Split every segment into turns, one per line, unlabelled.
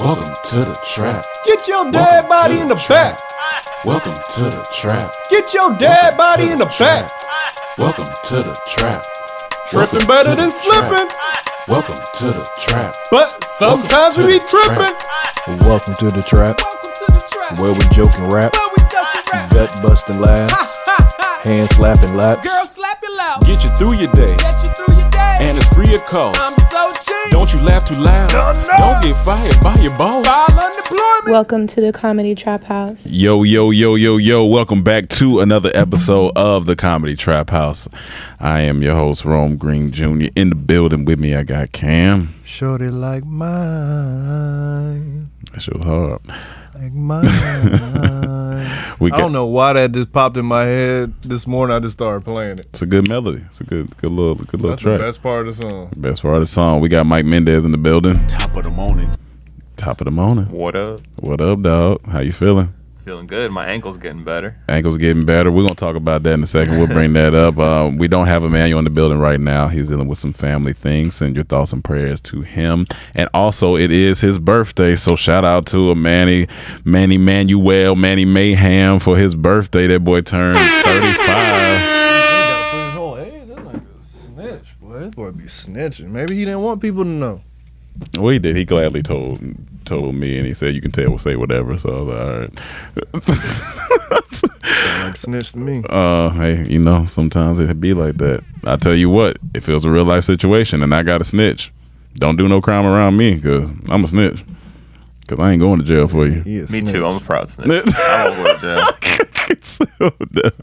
Welcome to the trap.
Get your dead
Welcome
body
to
in the
the
back.
Welcome to the trap.
Get your dead body in the back.
Welcome to the trap.
Tripping
Welcome
better
to
than
the
slipping,
trap. Welcome to the trap.
but sometimes
Welcome
we be
to the
tripping.
trap.
Welcome to the trap, where we joke and rap, gut busting laughs, hand slapping laps.
slap it loud. Get you through your day,
Get you through your day.
And it's free of cost.
I'm so cheap.
Don't you laugh too loud.
no.
Don't get fired by your boss.
All unemployment.
Welcome to the Comedy Trap House.
Yo, yo, yo, yo, yo. Welcome back to another episode of the Comedy Trap House. I am your host, Rome Green Jr. In the building with me, I got Cam.
Shorty like mine,
That shit was hard.
like mine.
We
I
got,
don't know why that just popped in my head this morning. I just started playing it.
It's a good melody. It's a good, good little, good little
That's
track.
the
Best.
best part of the song.
part of the song. We got Mike Mendez in the building.
Top of the morning.
Top of the morning.
What up?
What up, dog? How you feeling?
Feeling good. My ankle's getting better.
Ankles getting better. We're gonna talk about that in a second. We'll bring that up. Um, we don't have Emmanuel in the building right now. He's dealing with some family things. Send your thoughts and prayers to him. And also, it is his birthday, so shout out to a Manny, Manny Manuel, Manny Mayhem for his birthday. That boy turned thirty-five.
Oh, Snitch, boy. Boy, be snitching. Maybe he didn't want people to know.
Well, he did. He gladly told told me, and he said you can tell say whatever. So I was like, all right.
Like snitch to me.
uh, hey, you know, sometimes it be like that. I tell you what, if it was a real life situation and I got a snitch, don't do no crime around me because I'm a snitch. Because I ain't going to jail for you.
He is
Me
snitch.
too. I'm a proud snitch. I won't go to jail.
So,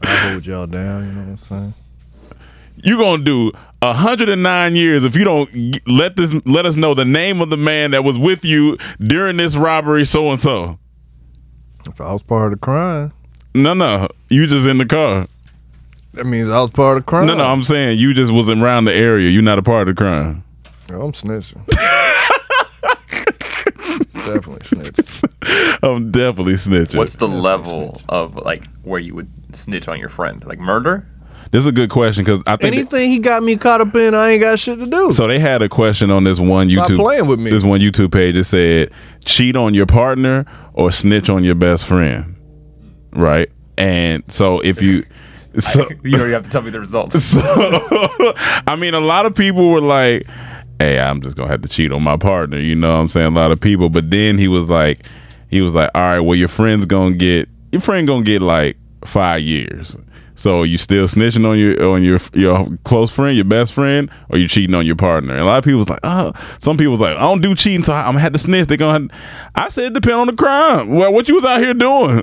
I hold y'all down. You know what I'm saying?
you going to do 109 years if you don't g- let this let us know the name of the man that was with you during this robbery so and so.
If I was part of the crime,
No, no. You just in the car.
that means I was part of the crime.
No, no. I'm saying you just was around the area. you not a part of the crime.
Yo, I'm snitching. Definitely snitching.
I'm definitely snitching.
What's the level of like where you would snitch on your friend? Like murder?
this is a good question because I think.
Anything he got me caught up in, I ain't got shit to do.
So they had a question on this one
Stop
YouTube.
playing with me.
This one YouTube page that said, "Cheat on your partner or snitch on your best friend," right? And so if you, so,
You already have to tell me the results.
so I mean, a lot of people were like, "Hey, I'm just gonna have to cheat on my partner," you know what I'm saying? A lot of people, but then he was like, he was like, "All right, well, your friend's gonna get your friend gonna get like five years." So you still snitching on your on your your close friend, your best friend, or you cheating on your partner? And a lot of people was like, "Oh," some people was like, "I don't do cheating, so I- I'm gonna have to snitch." They gonna, have- I said, it depend on the crime. Well, what you was out here doing?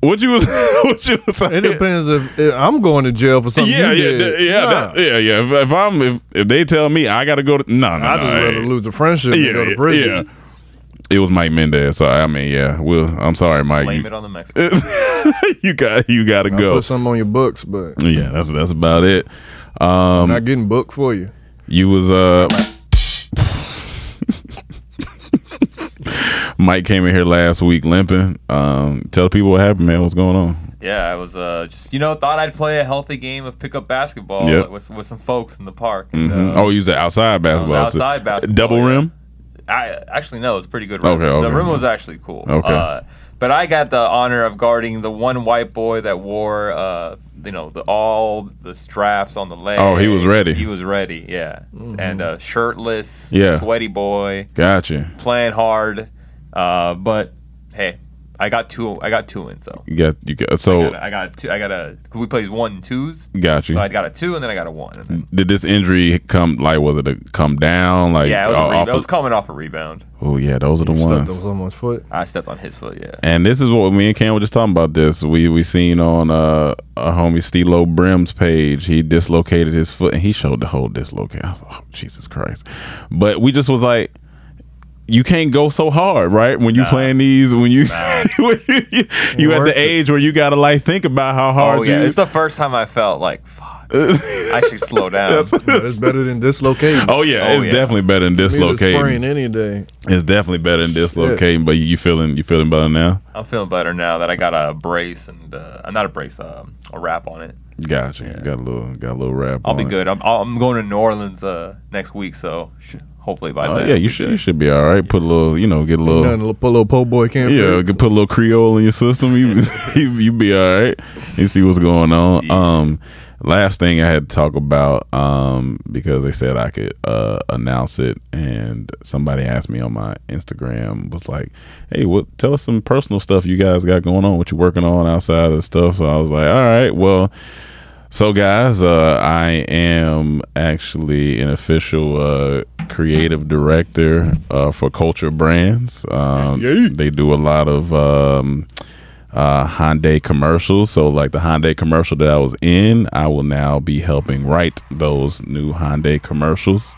What you was? what you was? Out
It
here-
depends if, if I'm going to jail for something.
yeah,
you did.
yeah, th- yeah,
Nah.
that- yeah, yeah. If, if I'm if, if they tell me I gotta go to no, no,
I
no,
just
hey.
rather lose a friendship
yeah,
than go
yeah,
to prison.
yeah. It was Mike Mendez, so I mean, yeah. Well, I'm sorry, Mike.
Blame
you,
it on the Mexican.
you got you gotta
I
go.
put something on your books, but
Yeah, that's that's about it. Um,
I'm not getting booked for you.
You was uh. Mike came in here last week limping. Um, tell the people what happened, man. What's going on?
yeah, I was uh, just you know thought I'd play a healthy game of pickup basketball
Yep.
with with some folks in the park. And,
Mhm.
uh,
oh, you said outside basketball. too.
outside basketball,
Double
yeah.
rim.
I actually no, it was a pretty good rim.
Okay, okay.
The rim was actually cool.
Okay.
Uh, but I got the honor of guarding the one white boy that wore, uh, you know, the all the straps on the leg.
Oh, he was ready.
He was ready, yeah. And uh, shirtless,
Yeah.
sweaty boy,
Gotcha.
playing hard. Uh, but hey, I got two. I got two in. So
You got you got
I
so
got, a- I got two. I got a. 'cause We plays one and twos.
Got you.
So I got a two, and then I got a one. And then,
Did this injury come like was it a come down like
yeah, it was, a
uh,
re-
off
I was
of-
coming off a rebound.
oh yeah those are the
Stepped on
ones
someone's foot.
I stepped on his foot. Yeah.
and this is what me and Cam were just talking about this we we seen on uh our homie Stilo Brim's page he dislocated his foot and he showed the whole dislocate I was like oh Jesus Christ but we just was like you can't go so hard, right? When you playing these, when you when you, you, you at
Worth
the
it.
age where you gotta like think about how hard
Oh yeah,
you.
it's the first time I felt like, fuck, I should slow down.
But it's better than dislocating.
oh yeah,
Oh,
it's
yeah.
definitely better than
Need a
dislocating.
sprain any day.
It's definitely better than dislocating. But you, you feeling you feeling better now?
I'm feeling better now that I got a brace and uh, I'm not a brace, um, a wrap on it.
Gotcha. Got a little got a little wrap.
I'll
on
be
it.
good. I'm I'm going to New Orleans uh, next week, so sh- hopefully by
Oh
then.
yeah, you should you should be all right. Put a little, you know, get a little.
Nothing to pull a po' boy can't
Yeah,
fix.
could put a little Creole in your system. You you, you be all right. You see what's going on. Um, last thing I had to talk about um because they said I could uh announce it, and somebody asked me on my Instagram was like, "Hey, what? Tell us some personal stuff you guys got going on. What you working on outside of stuff?" So I was like, "All right, well." So, guys, uh, I am actually an official uh, creative director uh, for Culture Brands. Um, They do a lot of um, uh, Hyundai commercials. So, like the Hyundai commercial that I was in, I will now be helping write those new Hyundai commercials.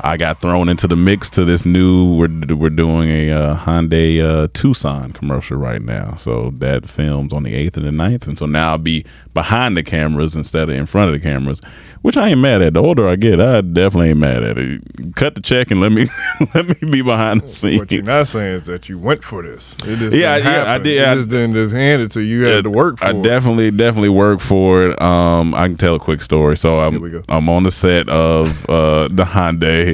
I got thrown into the mix to this new. We're we're doing a uh, Hyundai uh, Tucson commercial right now, so that films on the eighth and the 9th. and so now I'll be behind the cameras instead of in front of the cameras, which I ain't mad at. The older I get, I definitely ain't mad at it. Cut the check and let me let me be behind the scenes.
What you're not saying is that you went for this. It just
Yeah,
didn't
I- yeah, I
happen.
did-
It
I-
just didn't just hand it to you. You had to work for
I
it.
definitely, definitely work for it. Um, I can tell a quick story. So I'm,
Here we go.
I'm on the set of uh, the Hyundai,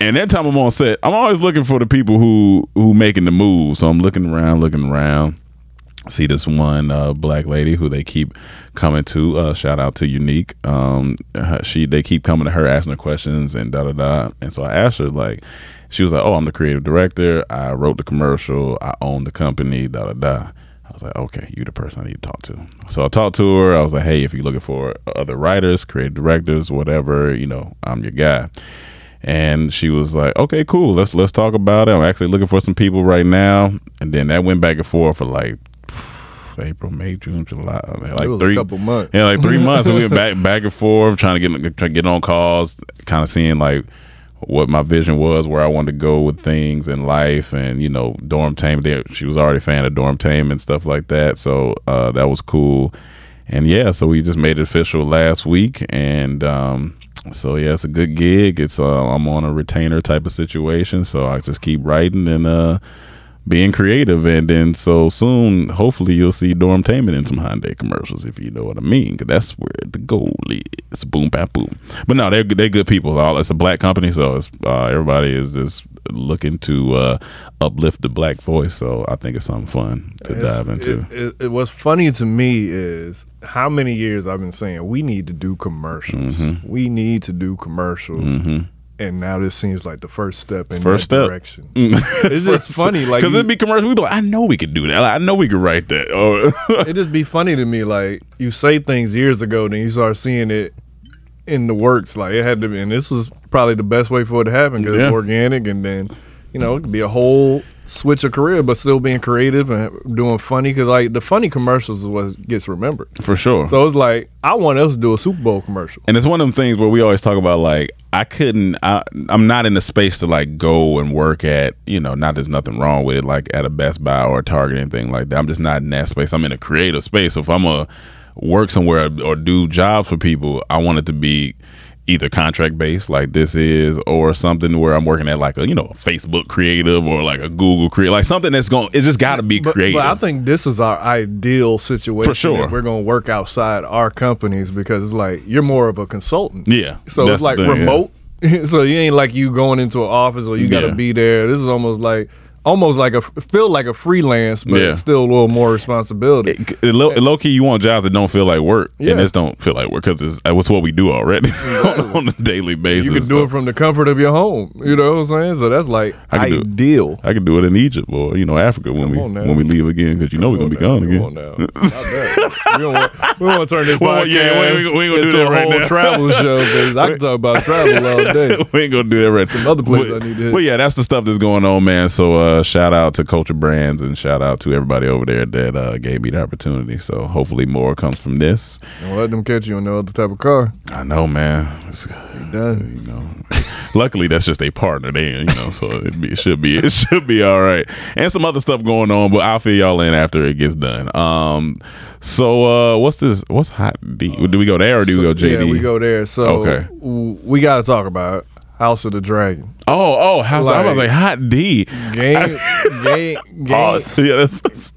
and that time I'm on set, I'm always looking for the people who who making the move. So I'm looking around, looking around. See this one uh, black lady who they keep coming to. Uh, shout out to Unique. Um, her- she they keep coming to her asking her questions and da da da. And so I asked her like, she was like, "Oh, I'm the creative director. I wrote the commercial. I own the company. Da da da." I was like, okay, you the person I need to talk to. So I talked to her. I was like, hey, if you're looking for other writers, creative directors, whatever, you know, I'm your guy. And she was like, okay, cool. Let's let's talk about it. I'm actually looking for some people right now. And then that went back and forth for like April, May, June, July, I mean, like
was a
three
couple months.
Yeah, like three months. and we went back back and forth trying to get trying to get on calls, kind of seeing like what my vision was, where I wanted to go with things in life, and you know, dorm tame. They, she was already a fan of dorm tame and stuff like that, so uh, that was cool. And yeah, so we just made it official last week, and um, so yeah, it's a good gig. It's uh, I'm on a retainer type of situation, so I just keep writing and uh, being creative, and then so soon, hopefully, you'll see Dorm Taman in some Hyundai commercials if you know what I mean, 'cause that's where the goal is. Boom, bap, boom. But no, they're they're good people. All it's a black company, so it's, uh, everybody is just looking to uh, uplift the black voice. So I think it's something fun to
It's-
dive into.
It, it, it, what's funny to me is how many years I've been saying we need to do commercials.
Mm-hmm.
We need to do commercials. And now this seems like the first step in
First
that
step. Mm.
direction. It's just funny, like
because
you-
it'd be commercial. We'd be like, I know we could do that. I know we could write that. Or
it just be funny to me. Like you say things years ago, then you start seeing it in the works. Like it had to be, and this was probably the best way for it to happen because
Yeah.
it's organic, and then you know it could be a whole switch of career, but still being creative and doing funny. Because like the funny commercials is what gets remembered.
for sure.
So it's like I want us to do a Super Bowl commercial.
and it's one of them things where we always talk about like I couldn't I I'm not in the space to like go and work at you know not there's nothing wrong with it like at a Best Buy or a Target anything like that I'm just not in that space I'm in a creative space so if I'm a work somewhere or do jobs for people I want it to be either contract based like this is or something where I'm working at like a you know a Facebook creative or like a Google creative like something that's going to it just got to be
But,
creative
but I think this is our ideal situation.
For sure.
if we're gonna work outside our companies because it's like you're more of a consultant.
Yeah,
so
that's
it's
the
like
thing, yeah.
remote. so you ain't like you going into an office or you got to
Yeah.
be there. This is almost like almost like a feel like a freelance, but
Yeah.
it's still a little more responsibility.
it, it low, low key, you want jobs that don't feel like work,
Yeah.
and this don't feel like work because it's, uh, it's what we do already on, on a daily basis.
you can do it from the comfort of your home. You know what I'm saying? So that's like
I can do it.
ideal.
I can do it in Egypt or you know Africa when we
on now.
when we leave again because you know we're gonna be
Come
gone
on
again.
now, come on now. I bet. we don't want, we don't want to turn this
Well,
podcast
yeah, we ain't- we ain't gonna do
into
that
a
right
whole
now.
travel show. 'cause I can talk about travel all day.
we ain't gonna do that right. Some
other places I need to hit.
Well, yeah, that's the stuff that's going on, man. So uh, uh, shout out to Culture Brands and shout out to everybody over there that uh, gave me the opportunity. So hopefully more comes from this.
Don't let them catch you in no other type of car.
I know, man. It's-
You done.
you know. Luckily, that's just a partner there, you know. So it, be, it should be it should be all right, and some other stuff going on. But I'll fill y'all in after it gets done. Um, so uh, what's this? What's hot D? Do we go there or do we go
So,
JD?
Yeah, we go there. So
Okay.
w- we got to talk about House of the Dragon.
Oh, oh, how's I was
Like-
like hot D.
Game, game, game,
Pause.
Yeah, that's, that's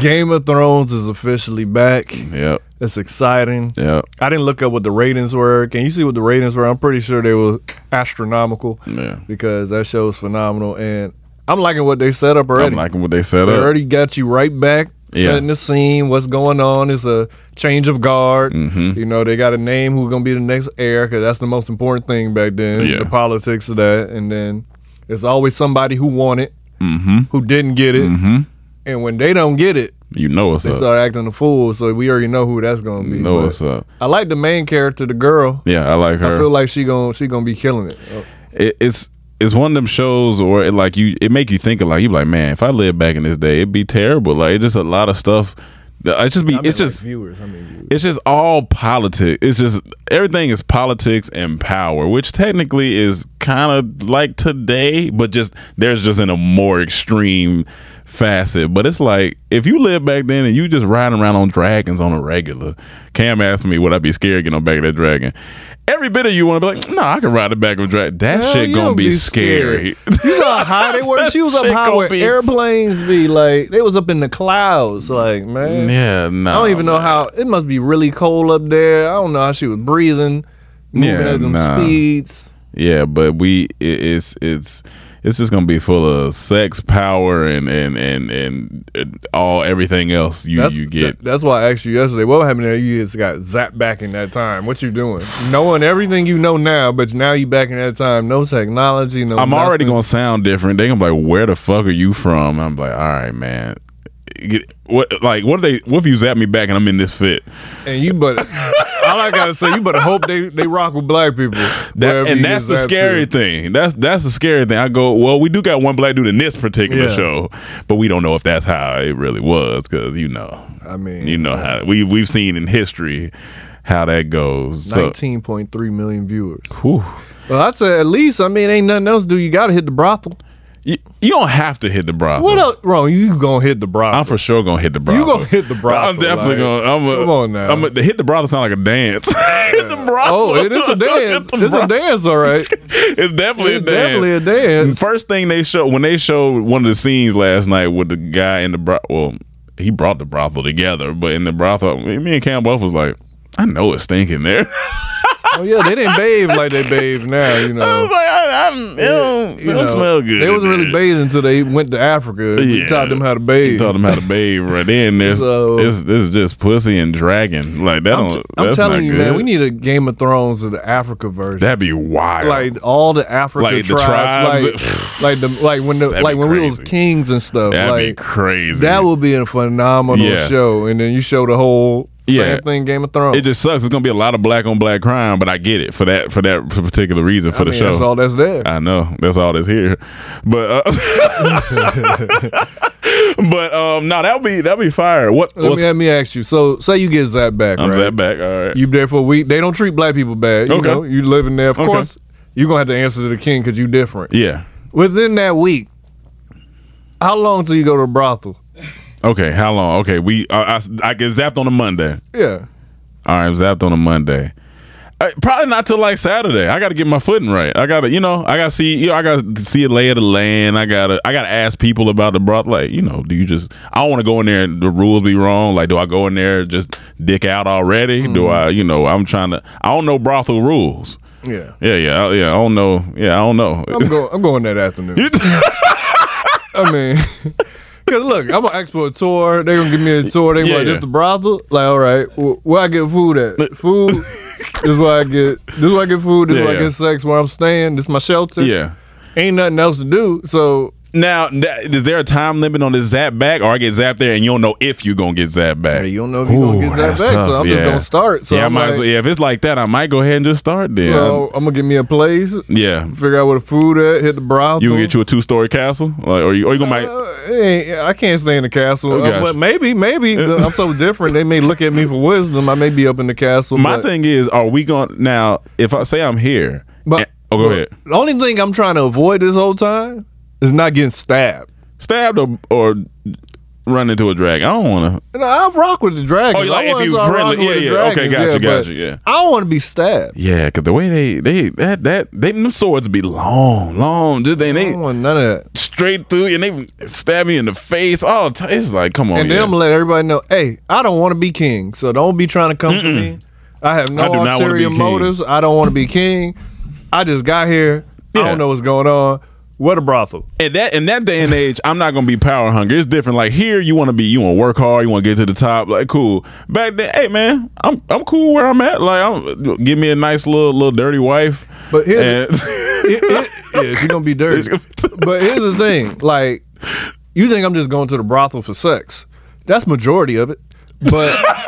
game of Thrones is officially back.
yep,
It's exciting.
yep.
I didn't look up what the ratings were. Can you see what the ratings were? I'm pretty sure they were astronomical
Yeah.
because that show's phenomenal. And I'm liking what they set up
I'm
already.
liking what they set
they
up.
already got you right back,
Yeah.
setting the scene. What's going on? It's a change of guard.
Mm-hmm.
You know, they got a name who's going to be the next heir because that's the most important thing back then.
Yeah.
The politics of that. And then there's always somebody who won it,
Mm-hmm.
who didn't get it. And when they don't get it,
You know what's
they
up.
start acting a fool. So we already know who that's going to be.
You know
But-
what's up.
I like the main character, the girl.
Yeah, I like her.
I feel like she gon' she gonna be killing it. Oh,
it, it's it's one of them shows or it like you it make you think of like you be like man if I lived back in this day it'd be terrible like it's just a lot of stuff that it's just be it's just
viewers. I mean, viewers.
it's just all politics it's just everything is politics and power which technically is kind of like today but just there's just in a more extreme facet but it's like if you live back then and you just riding around on dragons on a regular cam asked me would i be scared getting on back of that dragon every bit of you want to be like no i can ride the back of a dragon that
Hell,
shit
you
gonna
don't
be,
be
scary
You saw how high they were. She was up
Shit
high
gonna
where
be-
airplanes be like. They was up in the clouds. Like man,
yeah no
I don't even know how. It must be really cold up there. I don't know how she was breathing, moving
Yeah,
at them
nah.
speeds.
Yeah, but we it, it's it's it's just gonna be full of sex, power, and and and and, and all everything else you
That's,
you get.
that- that's why I asked you yesterday. What happened there? You just got zapped back in that time. What you doing? Knowing everything you know now, but now you back in that time. No technology. No.
I'm already
nothing.
gonna sound different. They gonna be like, "Where the fuck are you from?" I'm like, "All right, man." Get- What like what if they what if you zap me back and I'm in this fit?
And you but all I gotta say, you better hope they, they rock with black people.
That,
wherever you
and that's
get
the
zapped
scary
to.
thing. That's that's the scary thing. I go, well, we do got one black dude in this particular
Yeah.
show, but we don't know if that's how it really was because you know,
I mean,
you know how we we've seen in history how that goes. So,
Nineteen point three million viewers.
whew.
Well, I said at least. I mean, ain't nothing else. to Do you gotta hit the brothel?
You, you don't have to hit the brothel.
What else? Wrong? You gonna hit the brothel?
I'm for sure gonna hit the brothel.
gonna hit the brothel,
I'm definitely
like,
gonna. I'm a,
come on now.
I'm a, the hit the brothel sound like a dance. hit the brothel.
oh, it is a
Hit
dance.
the
It's a
brothel.
dance, all right.
It's definitely
It's
a dance.
definitely a dance.
First thing they show when they showed one of the scenes last night with the guy in the brothel. Well, he brought the brothel together, but in the brothel, me and Cam both was like, I know it's stinking there.
Oh yeah, they didn't bathe like they bathe now. You
I was
know.
like, Oh, I, I, it don't, it
You
don't
know,
smell good.
They
in
was really
there.
bathing until they went to Africa. We taught them how to bathe.
Taught them how to bathe right then. This,
So-
this, this is just pussy and dragon. Like that.
I'm,
don't,
I'm
that's
telling
not
you,
good.
man, we need a Game of Thrones of the Africa version.
That'd be wild.
like all the African
Like the
tribes,
tribes.
like like the like when the
That'd
like
be
when we was
crazy.
kings and stuff.
that'd
like
be crazy.
that would be a phenomenal
Yeah.
show. And then you show the whole
Yeah.
same thing Game of Thrones.
It just sucks. It's gonna be a lot of black on black crime, but I get it for that for that particular reason for
I
the
mean,
show.
That's all that's there.
I know that's all that's here, but uh, but um no, that'll be that'll be fire. What
let
what's,
me let me ask you. So say you get Zap back,
I'm
right?
that back? All right,
You there for a week? They don't treat black people bad. You
Okay.
know, you living there. Of
Okay.
course, you gonna have to answer to the king because you different.
yeah.
Within that week, how long till you go to a brothel?
Okay, how long? Okay, we I, I, I get zapped on a Monday.
Yeah.
All right, I'm zapped on a Monday. Uh, probably not till like Saturday. I got to get my footing right. I got to, you know, I got to see, you know, I got to see a lay of the land. I got to, I got to ask people about the broth. Like, you know, do you just? I don't want to go in there and the rules be wrong. Like, do I go in there and just dick out already? Do I, you know, I'm trying to. I don't know brothel rules.
Yeah.
Yeah, yeah, I- yeah. I don't know. Yeah, I don't know.
I'm going. I'm going that afternoon. I mean, cause look, I'm gonna ask for a tour. They're gonna give me a tour. They
Yeah,
gonna
yeah.
just the brothel. Like, all right, wh- where I get food at? Food. this is where I get. This is where I get food. This is
Yeah,
where
yeah.
I get sex. Where I'm staying. This is my shelter.
yeah,
Ain't nothing else to do. So
Now, th- is there a time limit on this zap back, or I get zapped there and you don't know if you're gonna get zapped back?
Hey, you don't know if you're gonna get zapped
that's
back, so I'm just gonna start. So
yeah, I
I'm
might as
like-
well, yeah, if it's like that, I might go ahead and just start then.
So I'm gonna give me a place,
yeah,
figure out where the food at, hit the brothel.
you gonna get you a two story castle, like, or you, or you gonna might.
Uh, it ain't- I can't stay in the castle,
Oh,
Uh,
gosh.
but maybe, maybe the- I'm so different. They may look at me for wisdom. I may be up in the castle.
My
but,
thing is, are we going to now? If I say I'm here,
but
and- oh, go
but
ahead.
The only thing I'm trying to avoid this whole time is not getting stabbed.
Stabbed or, or run into a dragon. I don't want to.
And I'll rock with the dragon.
Oh, you like if you friendly- yeah, yeah, okay, gotcha, gotcha, yeah.
I don't want to be stabbed.
Yeah, because the way they they that that they them swords be long, long. Dude, they
I
they
don't want none of that.
straight through and they stab me in the face. Oh, t- it's like come on.
and then
yeah.
I'm gonna let everybody know, hey, I don't want to be king, so don't be trying to come for me. I have no
I do not wanna be
ulterior
king.
motives. I don't want to be king. I just got here. I
Yeah.
don't know what's going on. Where the brothel?
in that in that day and age, I'm not gonna be power hungry. It's different. Like here, you want to be, you want to work hard, you want to get to the top. Like cool. Back then, hey man, I'm I'm cool where I'm at. Like I'm give me a nice little little dirty wife.
But here's
And-
it, it, yeah, she's gonna be dirty. but here's the thing, like, you think I'm just going to the brothel for sex? That's majority of it, but.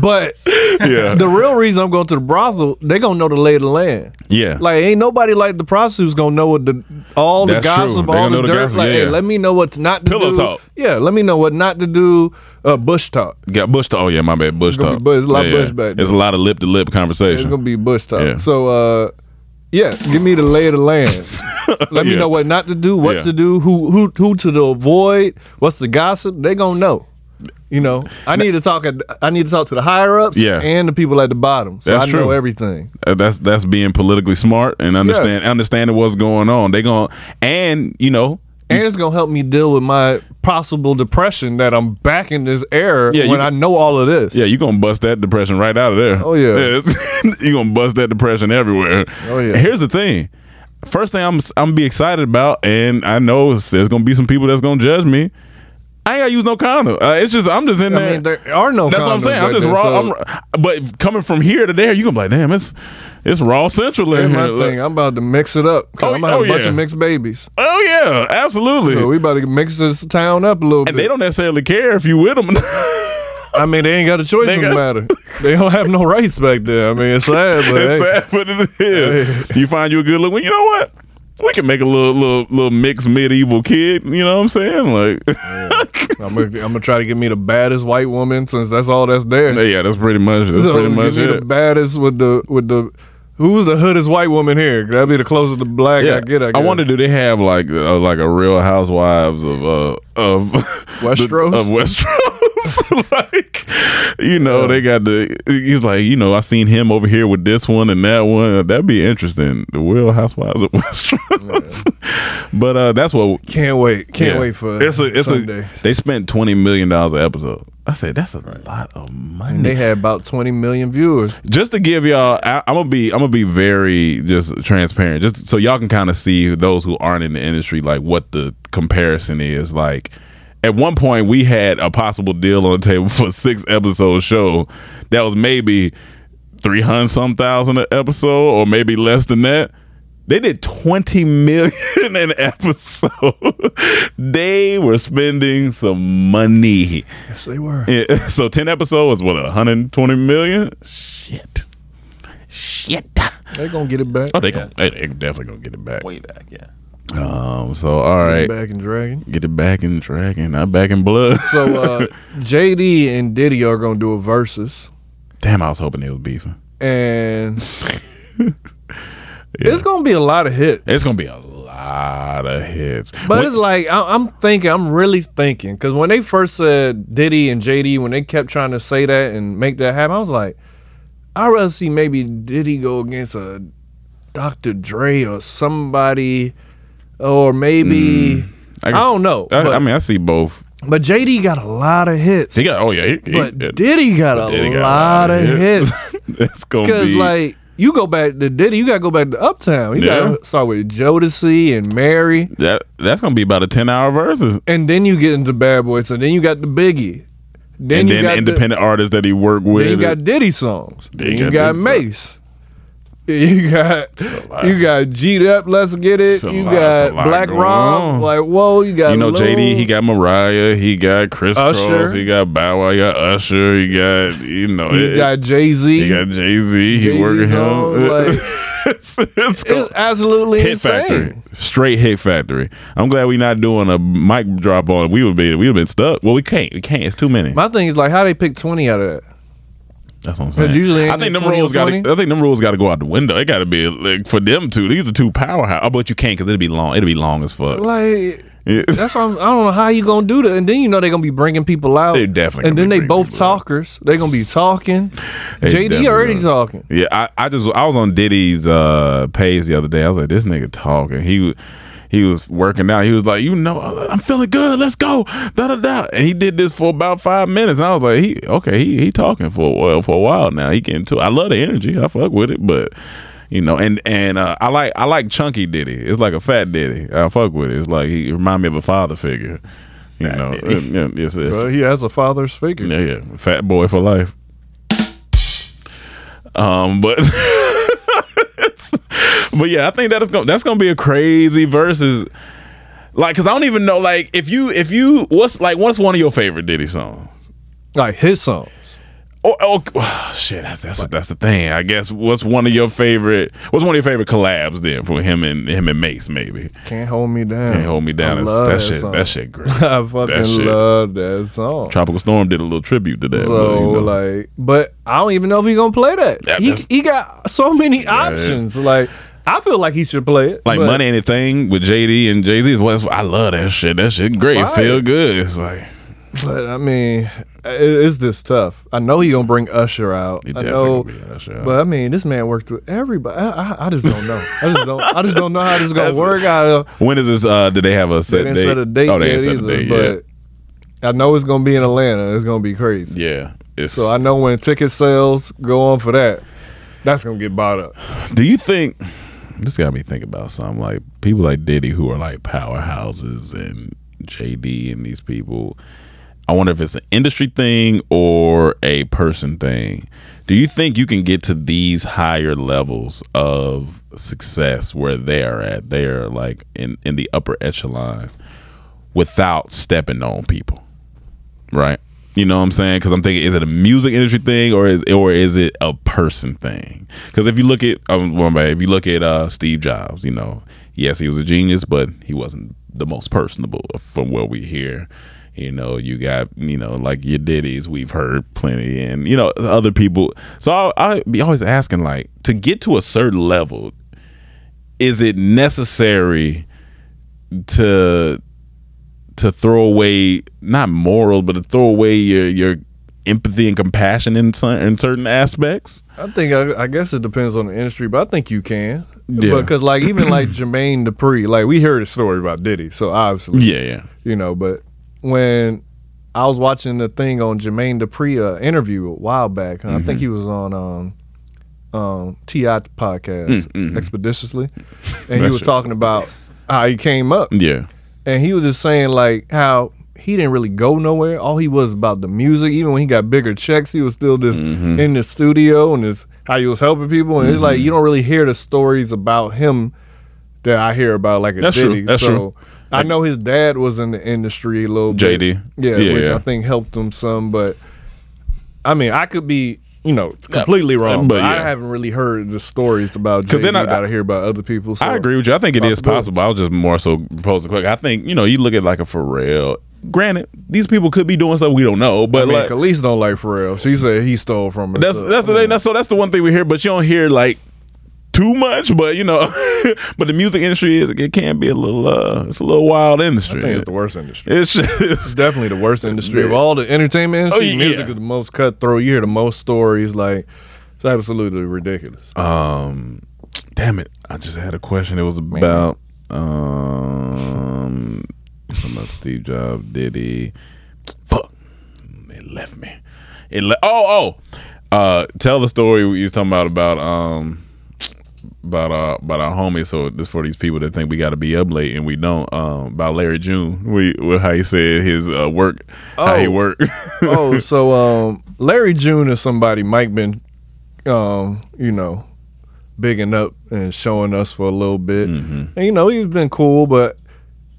But
yeah,
the real reason I'm going to the brothel, they gonna know the lay of the land.
yeah.
Like ain't nobody like the prostitutes gonna know what the all the
That's true.
gossip,
They
all the,
gonna know the
dirt.
gossip,
like, hey,
yeah.
let me know what not to
Pillow
do.
talk.
Yeah, let me know what not to do. Uh, bush talk.
got bush talk. Oh yeah, my bad. Bush
gonna be
talk.
bush- it's a lot of
Yeah, yeah.
bush back
It's a lot of lip to lip
It's
conversation.
gonna be bush talk.
Yeah.
So, uh, yeah, give me the lay of the land. let me
Yeah.
know what not to do, what
Yeah.
to do, who who who to avoid, what's the gossip. They gonna know. You know, I need to talk. At, I need to talk to the higher ups
Yeah.
and the people at the bottom, so
That's
I know
true.
everything.
Uh, that's that's being politically smart and understand understanding what's going on. They gonna and you know.
And it's gonna help me deal with my possible depression that I'm back in this era
Yeah, you-
when I know all of this.
Yeah, you're gonna bust that depression right out of there.
Oh, yeah.
you're gonna bust that depression everywhere.
Oh, yeah.
Here's the thing. First thing I'm I'm gonna be excited about, and I know there's gonna be some people that's gonna judge me. I ain't gotta use no condom. Uh, it's just I'm just in there.
I mean, there are no.
that's what I'm
condoms
saying.
back
I'm just
then,
raw.
so
I'm, ra- but coming from here to there, you gonna be like, damn, it's it's raw central
that's
in
my
here. Like,
thing. I'm about to mix it up. 'cause
Oh,
I'm gonna have
oh,
a bunch
yeah.
of mixed babies.
oh yeah, absolutely.
So we about to mix this town up a little bit.
and they don't necessarily care if you with them.
I mean, they ain't got a choice in the
Nigga.
matter. They don't have no rights back there. I mean, it's sad, but
It's
hey,
sad, but it is. You find you a good look. Well, you know what? We can make a little little little mixed medieval kid. You know what I'm saying? Like,
I'm gonna, I'm gonna try to get me the baddest white woman since that's all that's there.
yeah, that's pretty much that's
so
pretty much
give me the
it.
baddest with the with the who's the hoodest white woman here? That'd be the closest to black
Yeah,
I get. I, guess.
wonder do they have like uh, like a Real Housewives of uh of the-
Westeros?
of Westeros? like, you know, they got the. He's like, you know, I seen him over here with this one and that one. That'd be interesting. The Real Housewives of Westeros. but uh that's what
Can't wait. Can't
Yeah.
wait for
it's a it's
Sunday.
a they spent twenty million dollars an episode. I said that's a lot of money.
they had about 20 million viewers.
just to give y'all, I, I'm gonna be I'm gonna be very just transparent, just so y'all can kind of see those who aren't in the industry like what the comparison is. Like at one point, we had a possible deal on the table for a six episode show that was maybe three hundred some thousand an episode, or maybe less than that. They did 20 million an episode. they were spending some money.
Yes, they were.
Yeah, so 10 episodes was what 120 million shit shit
Oh, They gonna get it back.
oh they, gon' they, they definitely gonna get it back
Way back, yeah.
um so all
Get it
right
Back in Dragon.
get it back in dragon not back in blood
So uh, JD and Diddy are gonna do a versus,
damn i was hoping it was beefing
and it's gonna be a lot of hit.
it's gonna be a lot of hits
But
When-
it's like I, I'm thinking, I'm really thinking, because when they first said Diddy and JD, when they kept trying to say that and make that happen, I was like, I'd rather see maybe Diddy go against a Dr. Dre or somebody, or maybe I,
can-
don't know.
I,
but,
I mean i see both
but JD got a lot of hits.
he got oh yeah he, he-
but
yeah,
Diddy got a
Diddy got
lot of hits.
it's gonna
Because
be
like you go back to Diddy, you gotta go back to Uptown. You
Yeah.
gotta start with Jodeci and Mary,
that that's gonna be about a 10 hour versus
and then you get into Bad Boy. So then you got the Biggie, then
and
you
then
got
the
the-
independent artists that he worked with
then you got Diddy songs,
Then
then
you
you
got
got
Diddy
Mace. You got
lot.
you got G'd up. Let's get
It's
it.
a
You
lot, it's a
got
lot
Black
going on.
Rob. Like whoa, you got
You know,
Lil.
JD, he got Mariah, he got Chris
Usher.
Cross, he got Bow Wow, he got Usher, he got, you know,
he
it's-
got Jay Z.
he got Jay Z, he
Jay-Z's
working
on,
him.
like-
it's, it's go-
It's absolutely
hit
insane.
factory, straight hit factory. I'm glad we not doing a mic drop on. We would be, we would have been stuck. Well, we can't, we can't. It's too many.
My thing is like how they pick twenty out of that.
That's what I'm saying.
'Cause usually
I
ain't
think
it
them rules got.
20?
I think them rules got to go out the window. It got to be like for them two. These are two powerhouse. Oh, but you can't because it'll be long. It'll be long as fuck.
Like
Yeah.
that's why I'm, I don't know how you gonna do that. And then you know they're gonna be bringing people out.
They definitely
And
gonna
then
be
they
bringing
both
people out.
talkers. They gonna be talking.
They
JD
definitely
already
gonna-
talking.
Yeah, I, I just I was on Diddy's uh, page the other day. I was like, this nigga talking. He he was working out. He was like, you know, I'm feeling good. Let's go. Da da da. And he did this for about five minutes. And I was like, he okay. He he talking for a while for a while now. He getting to. I love the energy. I fuck with it, but. You know, and and uh, I like I like chunky Diddy. It's like a fat Diddy. I fuck with it. It's like he remind me of a father figure. You know, Yeah, it's- it's-
Bro, he has a father's figure.
yeah, yeah. Fat boy for life. Um, but but yeah, I think that's gonna that's gonna be a crazy versus. Like, cause I don't even know. Like, if you if you what's like what's one of your favorite Diddy songs?
Like his songs.
Oh, oh, shit, that's that's that's the thing. I guess what's one of your favorite? What's one of your favorite collabs then for him and him and Mace maybe?
Can't hold me down.
Can't hold me down.
I
That's-
love
that,
that
shit.
song.
That shit great.
I fucking
That shit.
love that song.
Tropical Storm did a little tribute to that. but,
so
you know.
like, but I don't even know if he gonna play that.
Yeah,
he
that's-
he got so many options. Like, I feel like he should play it.
like
but
money anything with JD and Jay Z. Well, I love that shit. That shit great.
Fire.
Feel good. It's like
But I mean, i it's this tough. I know he gonna bring Usher out.
He
I
definitely
know,
gonna bring Usher out.
but I mean, this man worked with everybody. I, I, I just don't know. I just don't. I just don't know how this is gonna
That's-
work. out.
when is this? Uh, did they have a
they
set
didn't
date?
set a date
oh, they
yet
ain't set
either.
a date
but
yet.
I know it's gonna be in Atlanta. It's gonna be crazy.
Yeah. It's,
So I know when ticket sales go on for that, that's gonna get bought up.
do you think this got me thinking about something like people like Diddy who are like powerhouses and JD and these people? I wonder if it's an industry thing or a person thing. Do you think you can get to these higher levels of success where they are at? They are like in, in the upper echelon without stepping on people, right? You know what I'm saying? Because I'm thinking, is it a music industry thing or is or is it a person thing? Because if you look at um, well, man, if you look at uh, Steve Jobs, you know, yes, he was a genius, but he wasn't the most personable from what we hear. You know, you got you know like your ditties we've heard plenty, and you know other people. So I I be always asking like to get to a certain level, is it necessary to to throw away not morals, but to throw away your your empathy and compassion in, cer- in certain aspects.
I think I, I guess it depends on the industry, but I think you can.
Yeah.
Because like even like Jermaine Dupri, like we heard a story about Diddy, so obviously,
Yeah, yeah,
you know. But when I was watching the thing on Jermaine Dupri uh, interview a while back, and I
Mm-hmm.
think he was on um um Ti podcast
Mm, mm-hmm.
expeditiously, and he was
shit's-
talking about how he came up,
yeah.
and he was just saying like how he didn't really go nowhere. All he was about the music. Even when he got bigger checks, he was still just
Mm-hmm.
in the studio and just how he was helping people. And it's like you don't really hear the stories about him that I hear about like a
That's true.
Diddy.
That's
so
true.
I know his dad was in the industry a little
JD.
bit. Yeah,
Yeah,
which
yeah.
I think helped him some, but I mean I could be you know, completely wrong.
but
But, I
yeah.
haven't really heard the stories about
'Cause
JD
then I-
that I hear about other people. So
I agree with you. I think it is
Possibility.
possible. I was just more so proposing quick. I think you know you look at like a Pharrell. Granted, these people could be doing stuff we don't know,
I
but
mean,
like
Khalees don't like Pharrell. She said he stole from her.
that's
so-
that's the thing. That's so that's the one thing we hear, but you don't hear like too much. But you know, but the music industry is it can be a little uh, it's a little wild industry.
I think it's the worst industry.
It's
It's definitely the worst industry of all the entertainment industry.
yeah.
Music is the most cutthroat. You hear the most stories. Like it's absolutely ridiculous.
Um, damn it! I just had a question. It was about um, something about Steve Jobs, Diddy. Fuck, it left me. It le- oh oh. Uh, tell the story you was talking about about um about our about our homie. So this for these people that think we got to be up late and we don't. Um, about Larry June. We with how he said his uh, work, how he
Oh.
worked.
oh, so um, Larry June is somebody Mike been, um, you know, bigging up and showing us for a little bit. And you know, he's been cool, but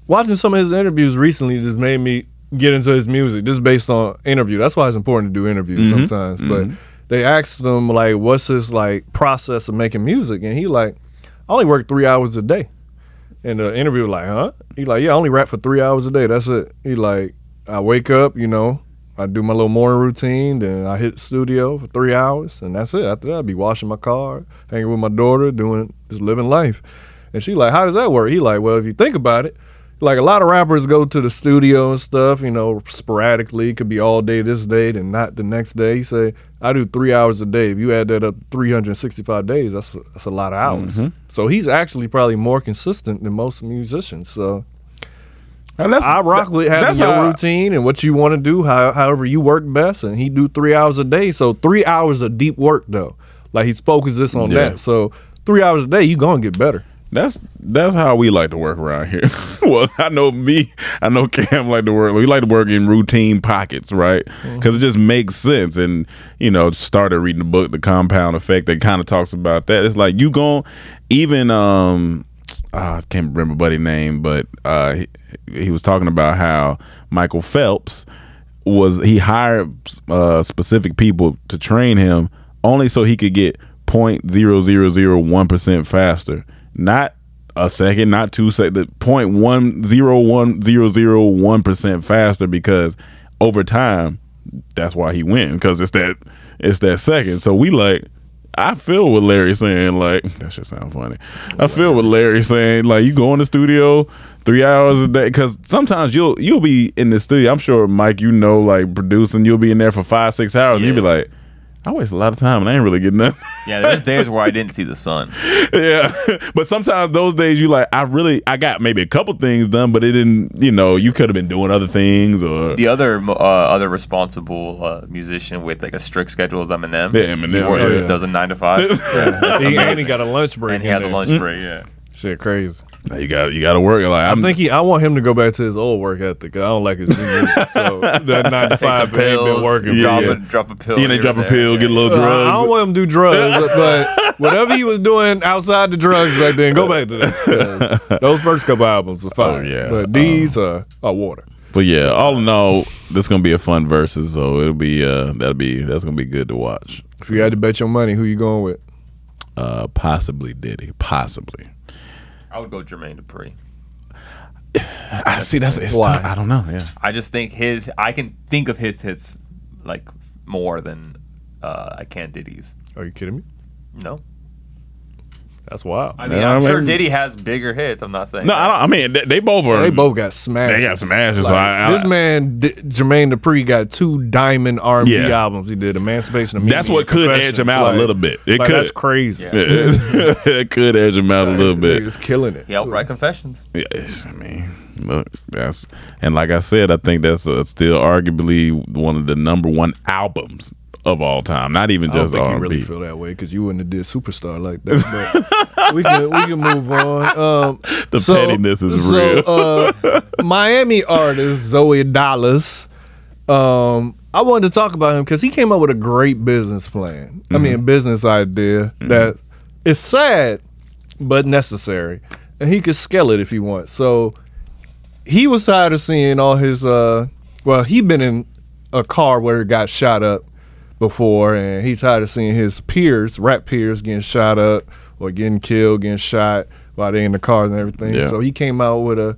watching some of his interviews recently just made me get into his music just based on interview. That's why it's important to do interviews sometimes. But they asked him like what's his like process of making music and he like I only work three hours a day. And the interviewer like, huh? He like, yeah, I only rap for three hours a day. That's it. He like, I wake up, you know, I do my little morning routine, then I hit the studio for three hours, and that's it. After that, I be washing my car, hanging with my daughter, doing just living life. And she like, how does that work? He like, well, if you think about it, like a lot of rappers go to the studio and stuff, you know, sporadically. Could be all day this day, then not the next day. He say, I do three hours a day. If you add that up, 365 days, that's that's a lot of hours.
Mm-hmm.
So he's actually probably more consistent than most musicians. So
And that's-
I rock with having
that's
your
how I-
routine and what you want to do, how, however you work best. And he do three hours a day, so three hours of deep work though. Like he's focused this on
Yeah.
that. So three hours a day, you gonna get better.
That's that's how we like to work around here. well, I know me, I know Cam like to work. We like to work in routine pockets, right? Because it just makes sense. And you know, started reading the book, The Compound Effect, that kind of talks about that. It's like you gon' even um, ah, I can't remember buddy name, but uh, he, he was talking about how Michael Phelps was he hired uh, specific people to train him only so he could get 0.0001% faster not a second not two seconds 0.10101% faster because over time that's why he win because it's that it's that second so we like I feel what Larry saying. Like that should sound funny. I feel what Larry saying. Like you go in the studio three hours a day because sometimes you'll you'll be in the studio. I'm sure Mike, you know, like producing, you'll be in there for five six hours. You'll be
Yeah.
like, I waste a lot of time and I ain't really getting nothing.
Yeah, there's days where I didn't see the sun.
yeah, but sometimes those days you like I really I got maybe a couple things done, but it didn't. You know, you could have been doing other things or
The other uh, other responsible uh, musician with like a strict schedule is Eminem.
Yeah, Eminem.
He wor-
Oh, yeah.
does a nine to five,
he, and he got a lunch break.
and he
in
has a
there.
Mm.
lunch break. Yeah,
Shit, crazy.
you got you got to work. Like
i
I'm
think he. I want him to go back to his old work ethic. 'cause I don't like his new music. So that nine to
take some
five ain't
pills,
been working.
Yeah,
drop
yeah.
a drop a pill.
you know,
here
drop
or
a
there,
pill,
yeah.
get a little
Uh, I don't
drugs.
want him to do drugs, but whatever he was doing outside the drugs back then, go back to that. 'cause Those first couple albums are fire.
Oh, yeah. Uh-huh.
But these are, are water.
But yeah, all in all, this is gonna be a fun versus, so it'll be uh that'll be that's gonna be good to watch.
If you had to bet your money, who you going with?
Uh possibly Diddy. Possibly.
I would go Jermaine Dupri.
I see that's it's
Why?
tough. I don't know, yeah.
I just think his. I can think of his hits like more than uh, I can Diddy's.
Are you kidding me?
No,
That's wild.
I mean
Yeah, I
I'm sure
mean-
Diddy has bigger hits. I'm not saying
No,
that.
I don't I mean they, they both are
they both got smashed.
they got some ashes, so
Like,
I, I-
this man, D- Jermaine Dupri, got two diamond R&B
Yeah.
albums. He did Emancipation of
That's
Mimi
what
and
could edge
Confessions.
him out a
Like-
little bit. It
like,
could
That's crazy.
Yeah.
Yeah, it could edge him out a little bit.
Niggas killing it.
He outright confessions.
Yeah, it's- I mean, look, that's and like I said, I think that's uh, still arguably one of the number one albums of all time. Not even
I don't
just
think
R&B.
you really feel that way because you wouldn't have did superstar like that. But we can we can move on. Um,
The pettiness is
so,
real.
uh, Miami artist Zoe Dallas. Um, I wanted to talk about him because he came up with a great business plan. I
Mm-hmm.
mean, business idea that is sad but necessary, and he could scale it if he wants. So he was tired of seeing all his uh well he been in a car where it got shot up before and he's tired of seeing his peers rap peers getting shot up or getting killed getting shot while they in the cars and everything
Yeah.
so he came out with a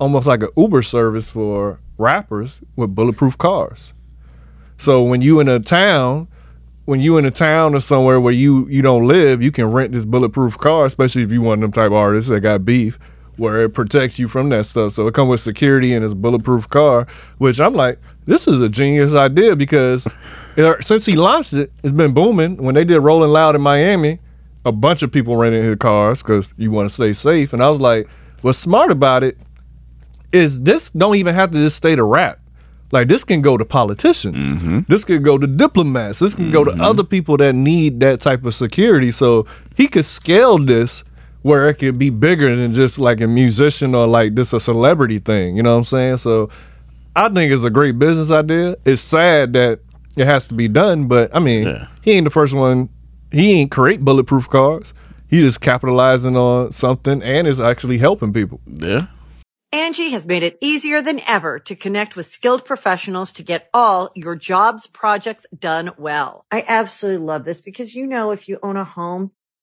almost like a uber service for rappers with bulletproof cars so when you in a town when you in a town or somewhere where you you don't live, you can rent this bulletproof car, especially if you one of them type of artists that got beef, where it protects you from that stuff. So it come with security and it's bulletproof car, which I'm like, this is a genius idea because it, since he launched it, it's been booming. When they did Rolling Loud in Miami, a bunch of people rented his cars because you want to stay safe. And I was like, what's smart about it is this don't even have to just stay to rap. Like this can go to politicians. This could go to diplomats. This can go to other people that need that type of security. So he could scale this where it could be bigger than just like a musician or like this a celebrity thing. You know what I'm saying? So I think it's a great business idea. It's sad that it has to be done, but I mean, he ain't the first one. He ain't create bulletproof cars. He just capitalizing on something and is actually helping people.
Yeah.
Angie has made it easier than ever to connect with skilled professionals to get all your jobs projects done well. I absolutely love this because, you know, if you own a home,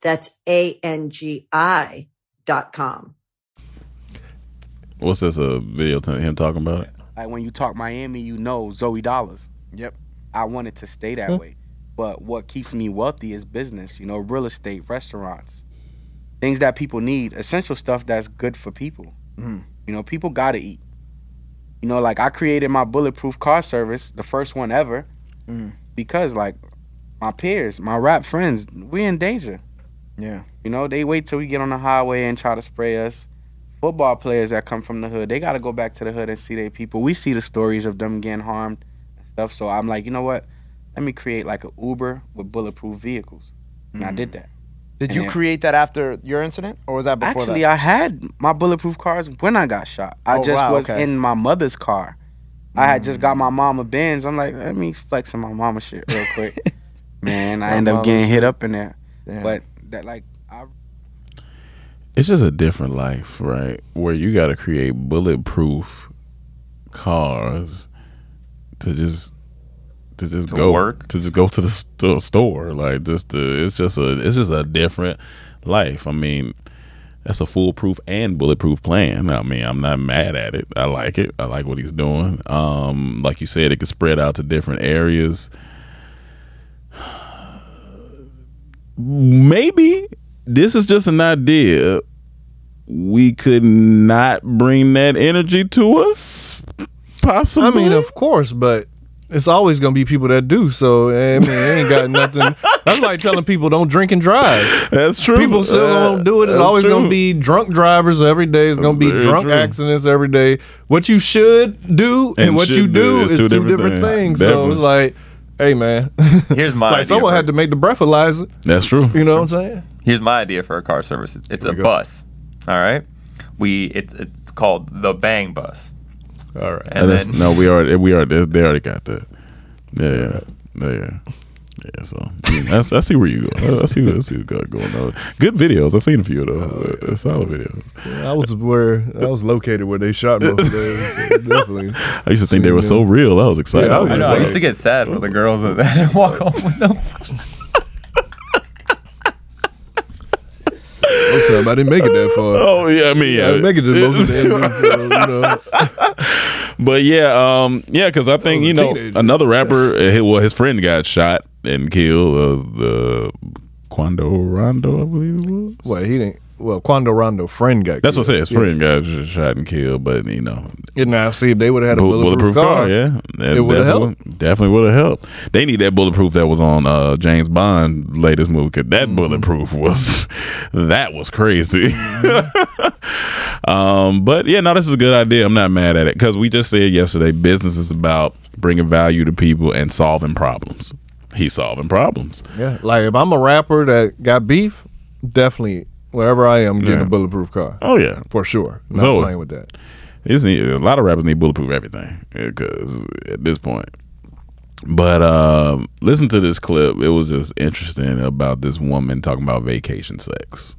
That's A-N-G-I dot com.
What's this? A video to him talking about it?
Like when you talk Miami, you know Zoe Dollars. Yep. I wanted to stay that
Hmm.
way. But what keeps me wealthy is business, you know, real estate, restaurants, things that people need, essential stuff that's good for people. You know, people gotta eat. You know, like I created my bulletproof car service, the first one ever, because like my peers, my rap friends, we're in danger.
Yeah.
You know, they wait till we get on the highway and try to spray us. Football players that come from the hood, they got to go back to the hood and see their people. We see the stories of them getting harmed and stuff. So I'm like, you know what? Let me create like an Uber with bulletproof vehicles. And I
Mm.
did that.
Did
And
you
then-
create that after your incident, or was that before
Actually, I
that?
had my bulletproof cars when I got shot. I
Oh,
just
wow,
was
okay. Mm.
in my mother's car. I had just got my mama Benz. I'm like, let me flex on my mama shit real quick. Man, I
My
end up
mama
getting hit
shit.
up in there.
Damn.
But that like I
It's just a different life, right? Where you got to create bulletproof cars to just to just
To
go
work?
to just go to the sto- store, like just to, it's just a it's just a different life. I mean, that's a foolproof and bulletproof plan. I mean, I'm not mad at it. I like it. I like what he's doing. Um, like you said, it could spread out to different areas. maybe this is just an idea. We could not bring that energy to us, possibly.
I mean, of course, but it's always gonna be people that do. So eh, I mean, it ain't got nothing. That's like telling people don't drink and drive.
That's true.
People still
Uh,
don't do it. It's
that's
always
true.
gonna be drunk drivers every day. It's gonna be
very
drunk
true.
accidents every day. What you should do and,
And
what
should
you
do
do
is
is two different, things. So it's
Definitely.
like, hey man,
Here's my
like
idea
someone
for-
had to make the breathalyzer.
That's true.
You know what I'm saying?
Here's my idea for a car service. It's, it's a bus. All right. We it's it's called the Bang Bus.
All right.
And
That's-
then
no, we already we already they already got that. Yeah, yeah, yeah, yeah. Yeah, so I, mean, that's, I see where you go. I, I see, I see what got going on. Good videos. I've seen a few of those.
Oh,
They're solid videos.
I was where I was located where they shot most of those. so Definitely.
I used to think they were so real. I was excited.
Yeah, I
was
I know.
just
I
like-
used to get sad for the girls that- that walk home with them.
Most of them, I didn't make it that far.
Oh yeah, I mean yeah,
I didn't make it to most of the NFL, you know.
But yeah, um, yeah, because I think
was a
you know
teenager.
another rapper. uh, hi- Well, his friend got shot and killed. Uh, the Quando Rondo, I believe it was.
Well, he didn't. Well, Quando Rondo friend got.
That's what I
killed.
said. His friend got sh- shot and killed. But you know,
Yeah. And now see if they would have had a
bull-
bulletproof, car,
Yeah, That
it would have
definitely-
helped.
Definitely would have helped. They need that bulletproof that was on uh, James Bond latest movie. 'cause that
Mm-hmm.
bulletproof was that was crazy.
Mm-hmm.
um, but yeah, no, this is a good idea. I'm not mad at it because we just said yesterday business is about bringing value to people and solving problems. He's solving problems.
Yeah, like if I'm a rapper that got beef, definitely wherever I am, getting
Yeah.
a bulletproof car
Oh yeah,
for sure. Not
Zoe.
playing with that.
It's need, a lot of rappers need bulletproof everything because at this point. But um, listen to this clip. It was just interesting about this woman talking about vacation sex.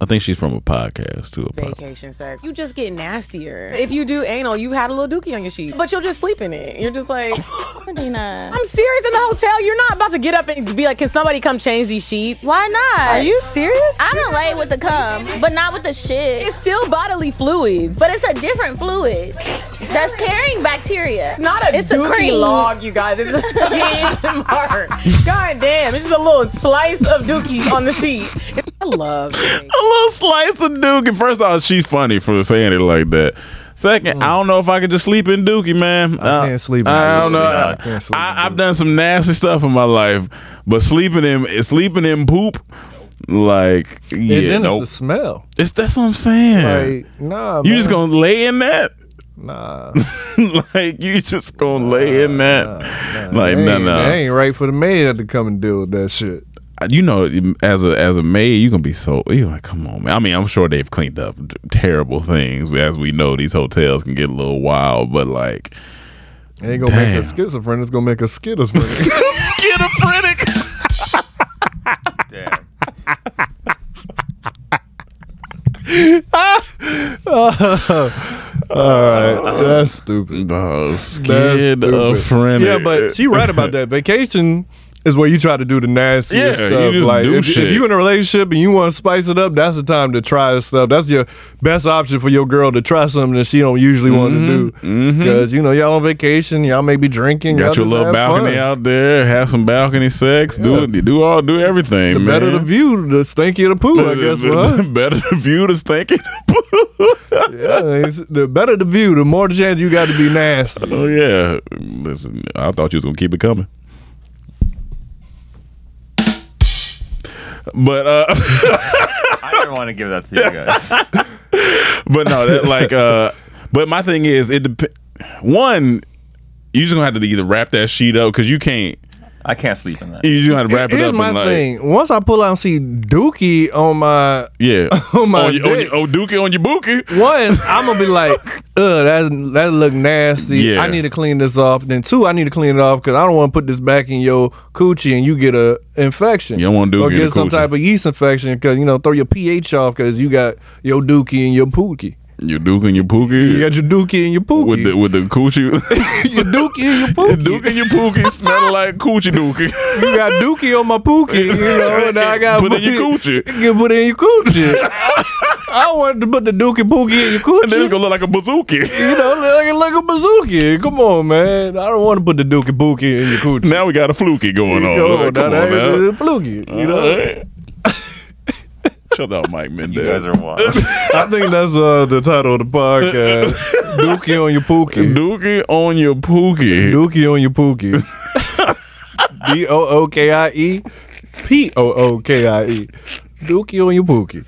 I think she's from a podcast too. A pod-
Vacation sex. You just get nastier. If you do anal, you had a little dookie on your sheet, but you'll just sleep in it. You're just like, Regina. I'm serious in the hotel. You're not about to get up and be like, can somebody come change these sheets? Why not?
Are you serious?
I'm gonna lay with the cum, but not with the shit. It's still bodily fluids,
But it's a different fluid that's carrying bacteria.
It's not a
It's a
dookie
cream.
log, you guys. It's a skin mark. God damn, it's just a little slice of dookie on the sheet. I love it.
a little slice of Dookie. First off, she's funny for saying it like that. Second, I don't know if I could just sleep in Dookie, man. I can't
Mm. sleep.
In I don't know.
Nah,
I, I, I've done some nasty stuff in my life, but sleeping in sleeping in poop, like yeah,
and then
nope.
it's the smell.
It's that's what I'm saying.
Like, nah,
you just gonna lay in that?
Nah.
like you just gonna lay in that? like
That
no,
ain't-
no.
that ain't right for the maid to come and deal with that shit.
you know, as a as a maid, you can be so you like, come on, man. I mean, I'm sure they've cleaned up t- terrible things. As we know, these hotels can get a little wild, but like,
It ain't gonna
Damn.
make a schizophrenic. It's gonna make a schizophrenic.
Schizophrenic.
All right, that's stupid. That's stupid.
schizophrenic.
Yeah, but she right about that. Vacation is where you try to do the nasty
Yeah,
stuff.
you just
like
do
if,
shit.
if you in a relationship and you want to spice it up, that's the time to try this stuff. That's your best option for your girl to try something that she don't usually want
Mm-hmm,
to do. Because you know y'all on vacation, y'all may be drinking. y'all
got your
just
little
have
balcony
fun.
out there. Have some balcony sex. Do it. Do all. Do everything.
The
man.
better the view, the stinkier the poo. I guess. for her.
better the view to stinking.
yeah, it's- the better the view, the more chance you got to be nasty.
Oh yeah. Listen, I thought you was gonna keep it coming. But uh
I didn't want to give that to you guys.
but no, that like uh but my thing is it dep- one you just gonna have to either wrap that sheet up because you can't
I can't sleep in that.
You just gotta wrap it
Here's
up
my
and like
thing. Once I pull out and see Dookie on my
Yeah.
on my
On your- on
dick,
your- oh Dookie on your Bookie.
One, I'm gonna be like, ugh, that that look nasty.
Yeah.
I need to clean this off. Then two, I need to clean it off because I don't want to put this back in your coochie and you get a infection.
You don't want Dookie
or
in
get
the
some
coochie.
type of yeast infection because you know throw your pH off because you got your Dookie and your Pookie.
Your Dookie and your Pookie.
You got your Dookie and your Pookie.
with the with the coochie
your Dookie and your Pookie.
Dookie and your Pookie smell like coochie Dookie.
You got Dookie on my Pookie. You know, and I got
Put in your coochie.
Get put in your coochie. I wanted to put the Dookie Pookie in your coochie.
And then it's gonna look like a bazooki.
You know, like, like a bazooki. Come on, man. I don't want to put the dookie bookie in your coochie.
Now we got a fluky going on.
Yo,
Come
that
on now.
ain't- it's a fluky, you know?
All right. Shut up, Mike Mendez. You guys
are wild.
I think that's uh, the title of the podcast. Dookie on your pookie.
Dookie on your pookie.
Dookie on your pookie. D O O K I E P O O K I E. Dookie on your pookie.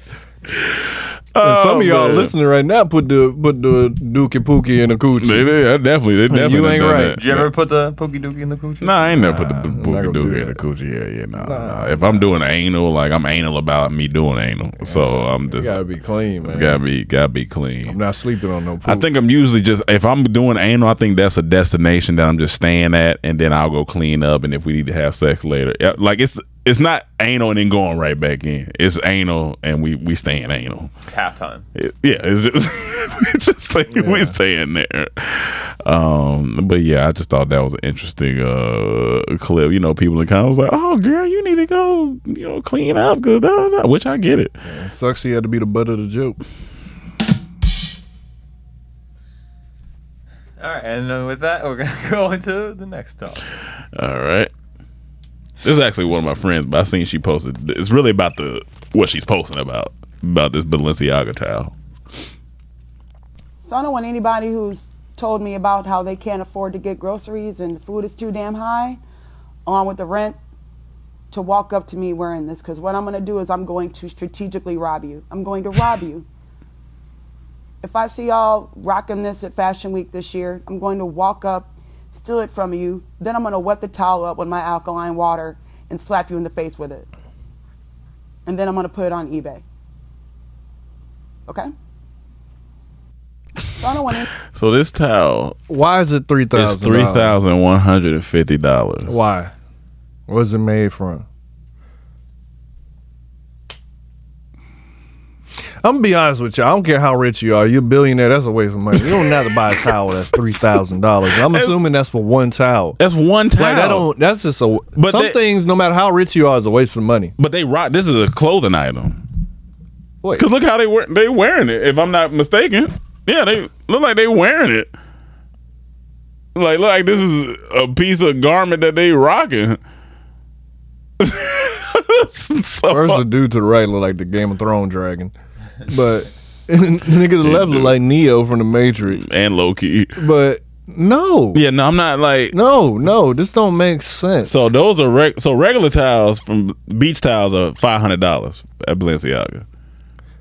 and some
Oh,
of y'all
man.
listening right now put the put the dookie pookie in the coochie.
They, they, I definitely, they definitely.
you ain't
done
right.
that.
Did you ever put the pookie dookie in the coochie?
Nah, I ain't never put the boogie doogie in the coochie. Yeah, yeah, nah. nah. If I'm doing anal, like I'm anal about me doing anal, so I'm just
gotta be clean,
it's
man.
gotta be gotta be clean.
I'm not sleeping on no poop.
I think I'm usually just if I'm doing anal, I think that's a destination that I'm just staying at, and then I'll go clean up, and if we need to have sex later, yeah, like it's it's not anal and then going right back in. It's anal and we we staying anal.
Halftime.
It- yeah, it's just we just like we staying there. Um, but yeah, I just thought that was an interesting uh clip. You know, people in comments like, oh girl, you need to go, you know, clean up, good, da, da," which I get it.
Sucks he had to be the butt of the joke.
All right, and uh, with that, we're gonna go into the next topic.
All right. This is actually one of my friends, but I seen she posted. It's really about the what she's posting about about this Balenciaga towel.
So I don't want anybody who's told me about how they can't afford to get groceries and food is too damn high, along with the rent, to walk up to me wearing this. Because what I'm going to do is I'm going to strategically rob you. I'm going to rob you. If I see y'all rocking this at Fashion Week this year, I'm going to walk up, steal it from you. Then I'm going to wet the towel up with my alkaline water and slap you in the face with it. And then I'm going to put it on eBay. Okay? So I don't want any-
So this towel
Why is it three
is
thousand?
three thousand one hundred and fifty dollars.
Why? Where's it made from? I'm gonna be honest with you. I don't care how rich you are. You're a billionaire. That's a waste of money. You don't have to buy a towel that's three thousand dollars. I'm assuming that's for one towel.
That's one towel.
Like that don't. That's just a. But
But
some
that-
things, no matter how rich you are, is a waste of money.
But they rock. This is a clothing item. Because look how they wear they wearing it. If I'm not mistaken, yeah, they look like they wearing it. Like look like this is a piece of garment that they rocking.
First, the dude to the right look like the Game of Thrones dragon, but nigga to the left look like Neo from the Matrix
and Loki.
But no,
yeah, no, I'm not like
no, no. This don't make sense.
So those are reg- so regular towels from beach towels are five hundred dollars at Balenciaga.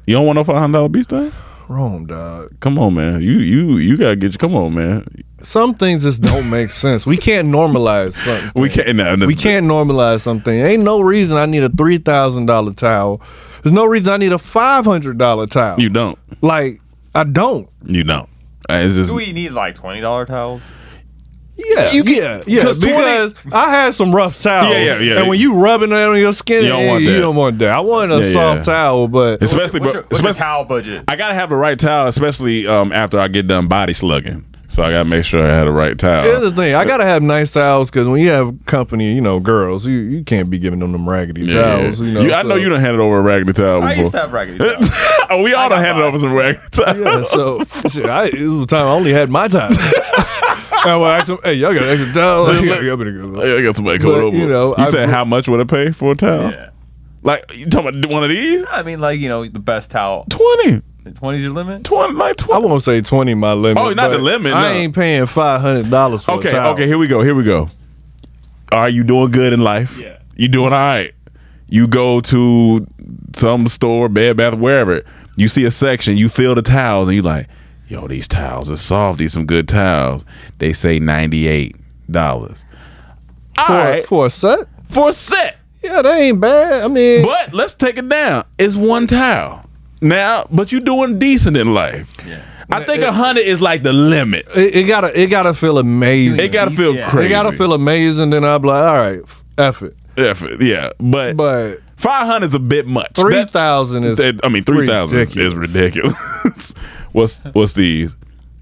You don't want no five hundred dollar beach towel?
Wrong, dog.
Come on, man. You you you gotta get your come on, man.
Some things just don't make sense. We can't normalize something.
We can't. No,
we can't normalize something. Ain't no reason I need a three thousand dollar towel. There's no reason I need a five hundred dollar towel.
You don't.
Like I don't.
You don't. Uh, It's just
Do we need like twenty dollar towels?
Yeah, you get yeah,
Because 20
because I had some rough towels.
Yeah, yeah, yeah.
And when you rubbing it on your skin,
You don't want
you
that.
don't want that. I wanted a
Yeah,
soft
yeah.
towel, but
especially
what's your, what's your
especially-
towel budget?
I gotta have the right towel, especially um, after I get done body slugging. So I gotta make sure I had the right towel.
Here's the thing. I gotta have nice towels because when you have company, you know, girls, you, you can't be giving them them raggedy
Yeah, yeah.
towels. You know,
You- I know you done handed over a raggedy towel before.
I used to have raggedy towels.
oh, we all done handed over some raggedy towels.
Yeah, so shit, I, it was the time I only had my towels. I would ask them, "Hey, y'all got an extra towel?" Like, "Yeah, I better go."
I got somebody coming
But,
over.
you know, I-
said how much would it pay for a towel? Like you talking about one of these?
I mean, like you know, the best towel.
Twenty.
Twenty's your limit.
Twenty, like twenty.
I won't say twenty my limit.
Oh, not the
but
limit,
I
no.
ain't paying five hundred dollars for a
Okay,
towel.
okay, here we go. Here we go. Are you doing good in life? Yeah. You doing all right. You go to some store, bed, bath, wherever. You see a section, you feel the towels, and you like, yo, these towels are soft. These some good towels. They say $98.
for,
right.
for a set.
For a set.
Yeah, that ain't bad. I mean,
But let's take it down. It's one towel. Now, but you doing decent in life. Yeah. I think a hundred is like the limit.
it, it gotta it gotta feel amazing.
It gotta feel Yeah. crazy.
It gotta feel amazing. Then I'm like, all right, f- F it.
Yeah, f- yeah, but
but
five hundred is a bit much. That-
3,000 is
that- I mean, three thousand is ridiculous. what's what's these?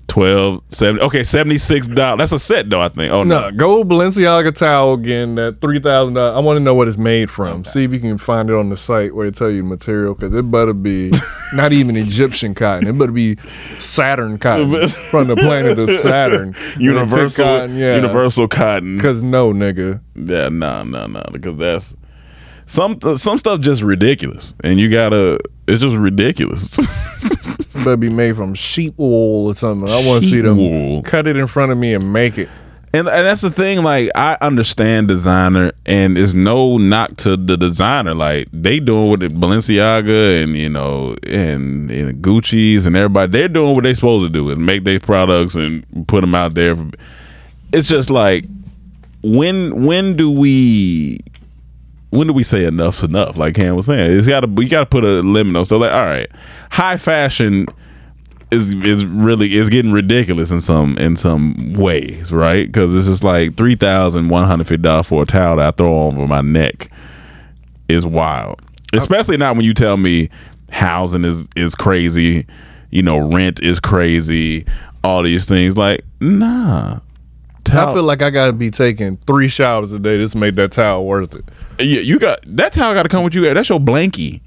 12, 70, okay, seventy six dollars. That's a set though. I think. Oh
no,
no,
go Balenciaga towel again. That three thousand dollars. I want to know what it's made from. See if you can find it on the site where they tell you the material. Because it better be not even Egyptian cotton. It better be Saturn cotton from the planet of Saturn.
Universal, Universal cotton.
Because no, nigga.
Yeah, no, no, no. Because that's some some stuff just ridiculous, and you gotta. It's just ridiculous.
It better be made from sheep wool or something. I want to see
Sheep
them cut it in front of me and make it.
And, and that's the thing, like I understand designer, and it's no knock to the designer. Like they doing what the Balenciaga and you know and, and Gucci's and everybody, they're doing what they supposed to do is make their products and put them out there. For, it's just like when when do we when do we say enough's enough? Like Cam was saying, it's got to you got to put a limit on. So like, all right, high fashion is is really is getting ridiculous in some in some ways, right? Because it's just like three thousand one hundred fifty dollars for a towel that I throw over my neck is wild. Especially not when you tell me housing is is crazy, you know, rent is crazy, all these things. Like,
I
nah. Towel-
feel like I gotta be taking three showers a day. This made that towel worth it.
Yeah, you got that towel got to come with you. That's your blankie.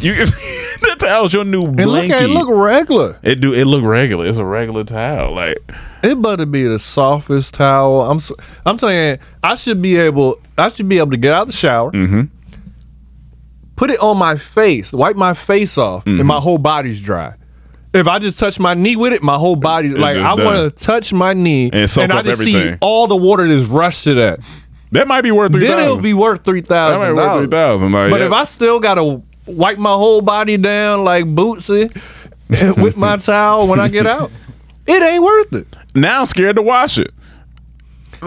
You that towel's your new
And look,
blankie.
at it look regular.
It do it look regular. It's a regular towel. Like
It better be the softest towel. I'm s- I'm saying I should be able I should be able to get out the shower,
Mm-hmm.
put it on my face, wipe my face off, and
Mm-hmm.
my whole body's dry. If I just touch my knee with it, my whole body like
just
I
done.
want to touch my knee
And soak
I
up
just see
everything.
all the water that's rushed to that.
That might be worth
Then it'll
$3,000.
be worth three
that might
thousand
be worth
dollars.
three thousand. Like,
But
yeah.
if I still gotta wipe my whole body down like Bootsy eh, with my towel when I get out, it ain't worth it.
Now I'm scared to wash it.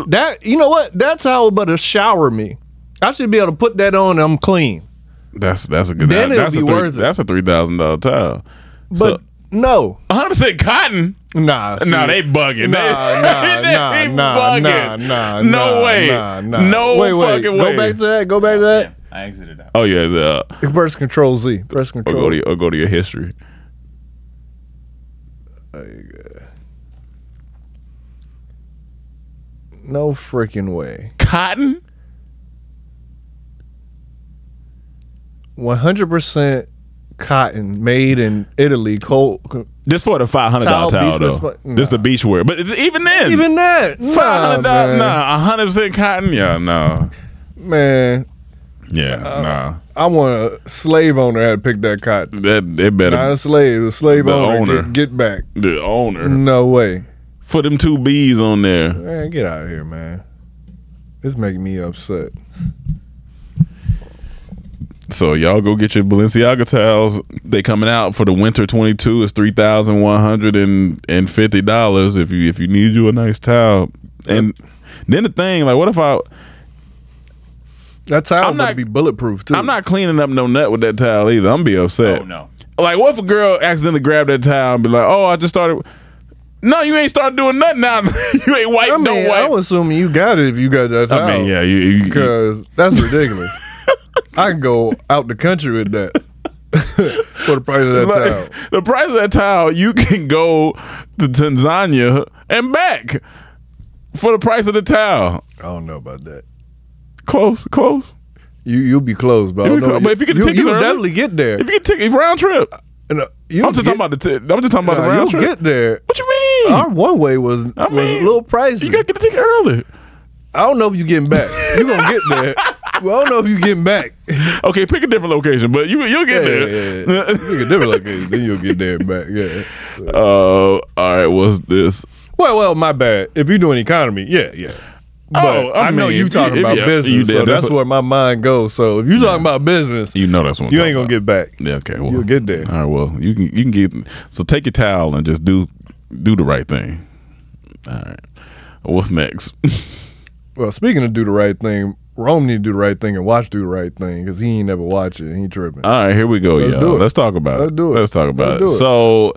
That you know what? That towel better shower me. I should be able to put that on. and I'm clean.
that's that's a good.
Then it'll
that's
be
a three,
worth it.
That's a three thousand dollar towel.
But no,
100 percent cotton.
Nah,
No,
see-
they bugging.
Nah,
They-
nah, nah,
they
nah,
bugging.
nah, nah,
No
nah,
way.
nah, nah.
No
wait, wait.
fucking
Go
way.
back to that. Go back to that.
I exited out.
Oh yeah, the,
Press Control Z. Press
or
Control.
go to or go to your history.
No freaking way.
Cotton?
100% cotton made in Italy. Cold.
This for the five hundred dollar
Towel,
towel
beach
though.
resp-
This the beach wear, but it's, even then,
Even that.
five hundred
man.
dollars, nah, hundred percent cotton, yeah, no,
Man,
yeah, nah.
I want a slave owner had to pick that cotton.
That it better
Not a slave, a slave
the
owner.
owner.
Get, get back.
the owner.
No way.
For them two B's on there.
Man, get out of here, man. It's making me upset.
So y'all go get your Balenciaga towels. They coming out for the winter twenty two. It's three thousand one hundred and fifty dollars if you if you need you a nice towel. And then the thing, like, what if I?
That towel
I'm not
be bulletproof too.
I'm not cleaning up no nut with that towel either. I'm be upset. Oh
no.
Like, what if a girl accidentally grabbed that towel and be like, "Oh, I just started." No, you ain't started doing nothing now. you ain't wipe.
I mean,
don't
I'm
wipe.
assuming you got it if you got that towel.
I mean, yeah, you- you-
because that's ridiculous. I can go out the country with that for the price of that
Like,
towel.
The price of that towel, you can go to Tanzania and back for the price of the towel.
I don't know about that.
Close, close.
You you'll be close, but, I
You'll
don't
be
know
close, but if you get
you,
tickets
you'll
early-
definitely get there.
If you get ticket round trip,
And, uh,
I'm just talking about the. T- I'm just talking about the
Nah, you'll
round trip.
get there.
What you mean?
Our one way was
I
was
mean,
a little pricey.
you gotta get the ticket early.
I don't know if you're getting back. You're gonna get there. well, I don't know if you're getting back.
Okay, pick a different location, but you you'll get there.
Yeah, yeah, yeah. you get different location, then you'll get there and back. Yeah.
Uh, all right. What's this?
Well, well, my bad. If you're doing economy, yeah, yeah. But
Oh, I
I, know
mean,
you
if
talking
you-
about
yeah,
business,
you
so
did.
that's,
That's what-
where my mind goes. So if you talking about business,
You know that's one.
you ain't gonna get back.
Yeah. Okay. Well,
You'll get there.
All right. Well, you can you can get so take your towel and just do do the right thing. All right. What's next?
Well, speaking of do the right thing, Rome need to do the right thing and watch do the right thing because he ain't never watch it. He tripping.
All right, here we go,
Let's
y'all.
do it.
Let's talk about
Let's
it.
do it.
Let's talk about
Let's
it.
do it.
So,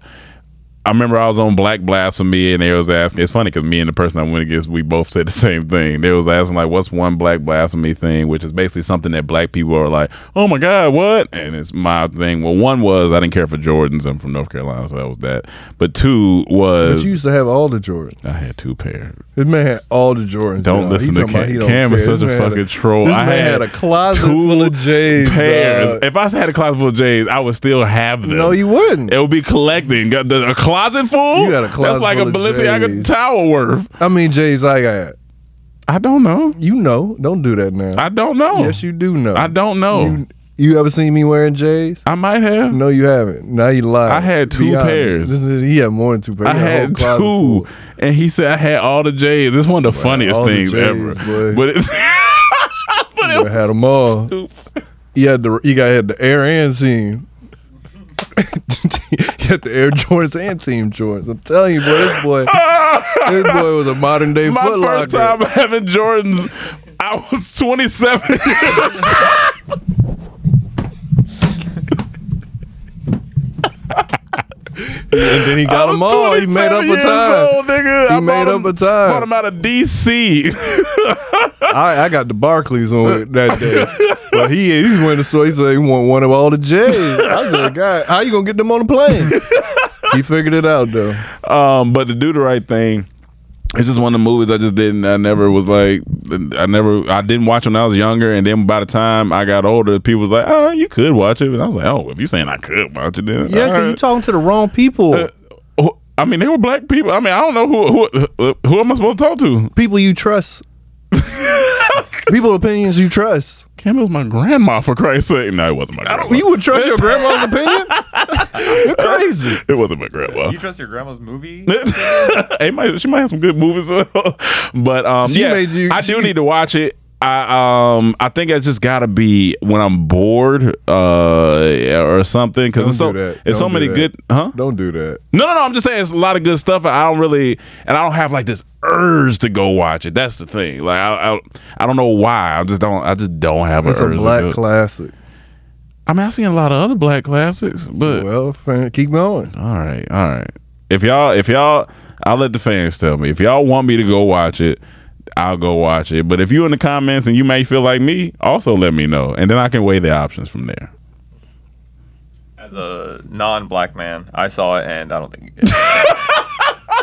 I remember I was on Black Blasphemy, and they was asking. It's funny because me and the person I went against, we both said the same thing. They was asking like, "What's one Black Blasphemy thing?" Which is basically something that Black people are like, "Oh my God, what?" And it's my thing. Well, one was I didn't care for Jordans. I'm from North Carolina, so that was that. But two
But
was
you used to have all the Jordans.
I had two pairs.
This man had all the Jordans.
Don't
dog.
listen
He
to
talking about
Cam.
he don't
Cam is
care.
such
This
a
man had
fucking troll.
This
I
man had,
had
a closet
two
full of J's.
pairs.
dog.
If I had a closet full of J's, I would still have them.
No, you wouldn't.
It would be collecting. Got the, a closet full.
You got a closet
That's like
full
a
of
Balenciaga
J's.
towel worth.
How many J's I got?
I don't know.
You know. Don't do that now.
I don't know.
yes, you do know.
I don't know.
You, you ever seen me wearing J's?
I might have.
No, you haven't. Now you lie.
I had two pairs.
He had more than two pairs.
I
He a whole
had two,
closet full.
and he said I had all the J's. It's one of the funniest
all the
things
J's,
ever.
boy.
But it's,
You had them all. He had the he got had the air and team. he had the Air Jordans and Team Jordans. I'm telling you, boy, this boy, this boy was a modern day
my
Foot
first
Locker.
time having Jordans, I was 27 years
And then he got them all. He made up for
27 years
time.
Old, nigga.
He
I
made
bought
up
him-
a time.
Bought him out of DC.
I, I got the Barclays on it that day. but he he went to the store. He said he want one of all the J's. I said, God, how you gonna get them on the plane? he figured it out though.
um, but to do the right thing. It's just one of the movies I just didn't. I never was like, I never, I didn't watch when I was younger, and then by the time I got older, people was like, "Oh, you could watch it," and I was like, "Oh, if you're saying I could watch it, then
Yeah, cause you talking to the wrong people.
talk." I mean, they were black people. I mean, I don't know who who who am I supposed to talk to?
people you trust. people opinions you trust.
Cam it was my grandma for Christ's sake. No, it wasn't my grandma.
You would trust your grandma's opinion? You're crazy.
It wasn't my grandma.
You trust your grandma's movie?
It might- she might have some good movies, but um,
She
yeah,
made you-
I
she-
do need to watch it. I um, I think I just gotta be when I'm bored, uh, or something because it's so
Don't do that.
it's so
Don't do
many
that.
good, huh?
Don't do that.
No, no, no. I'm just saying it's a lot of good stuff. I don't really, and I don't have like this urge to go watch it. That's the thing. Like I, I, I don't know why. I just don't. I just don't have an
It's
urge.
a
to do
black
it.
classic.
I mean, I've seen a lot of other black classics, but
Well, fan, keep going.
all right, all right. If y'all, if y'all, I'll let the fans tell me. If y'all want me to go watch it, I'll go watch it. But if you in the comments and you may feel like me, also let me know, and then I can weigh the options from there.
As a non-black man, I saw it and I don't think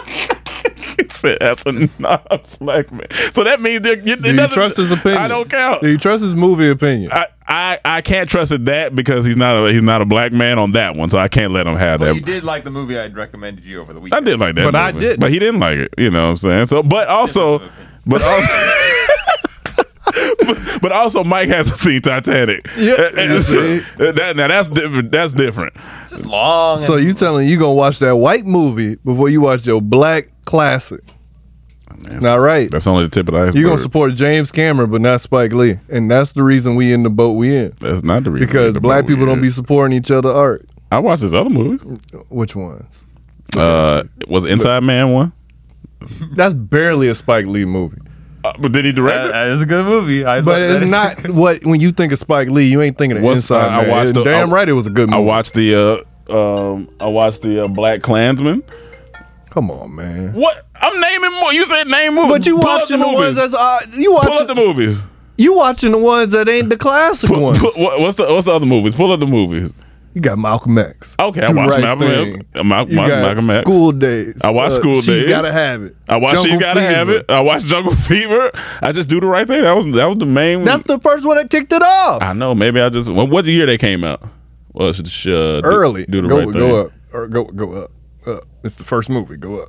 That's a non-black man. So that means they're, it
Do you
doesn't-
trust his opinion?
I don't count.
Do you trust his movie opinion?
I, I, I can't trust it that because he's not a, he's not a black man on that one, so I can't let him have
Well,
that.
you did like the movie I'd recommended you over the
I
weekend.
did like that,
But I
movie.
didn't.
But he didn't like it. You know what I'm saying? So, but also, but also, but, but also, Mike hasn't seen Titanic.
Yeah.
And- and so- that, now that's different. That's different. It's
just long.
So you telling you gonna watch that white movie before you watch your black classic? It's not right.
That's only the tip of the iceberg.
You gonna support James Cameron, but not Spike Lee, and that's the reason we in the boat we in.
That's not the reason we in
because
the
black
boat we
people don't
in.
be supporting each other art.
I watched his other movies.
Which ones?
Uh, was Inside Man one?
That's barely a Spike Lee movie.
Uh, but did he direct
it? That is a good movie. I
but
love- that
it's
is-
not what when you think of Spike Lee, you ain't thinking of
What's-
Inside
I- I
Man.
watched the-
Damn
I-
right, it was a good movie.
I watched the uh, um, I watched the uh, Black Klansman.
Come on, man.
What? I'm naming more. You said name movies.
But you
Pull up
watching
the
the ones
movies.
that's uh, you
Pull up
watching
the movies.
you watching the ones that ain't the classic ones.
Pull- what- what's the What's the other movies? Pull up the movies.
You got Malcolm X.
Okay, I
Do
watched
Right
Malcolm
Thing.
X. Mal-
You
Mal-
got
Malcolm X.
School Days.
I watched
Uh,
School Days.
She's gotta have it.
I watched. She's
Jungle
gotta have
Fever.
it. I watched Jungle Fever. I just do the right thing. That was that was the main.
That's the first one that kicked it off.
I know. Maybe I just. What, what year they came out? Well, it's just, uh, do-
Early.
Do, the
go,
right thing.
go up. Or go go up. Up. It's the first movie. Go up.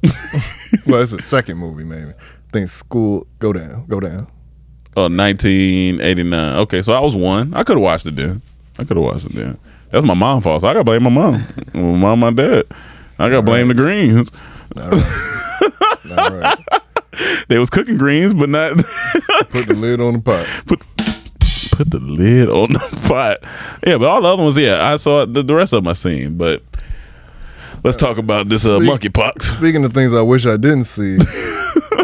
well, it's the second movie, maybe. I think school go down. Go down.
Oh, 1989. Okay, so I was one. I could have watched it then. I could have watched it then. That's my mom's fault. So I got to blame my mom. my mom, my dad. I got to blame the greens. they was cooking greens, but not.
Put the lid on the pot.
Put put the lid on the pot. Yeah, but all the other ones, yeah, I saw the, the rest of them I seen. But let's talk about this uh,
Speak-
monkeypox.
Speaking of things I wish I didn't see.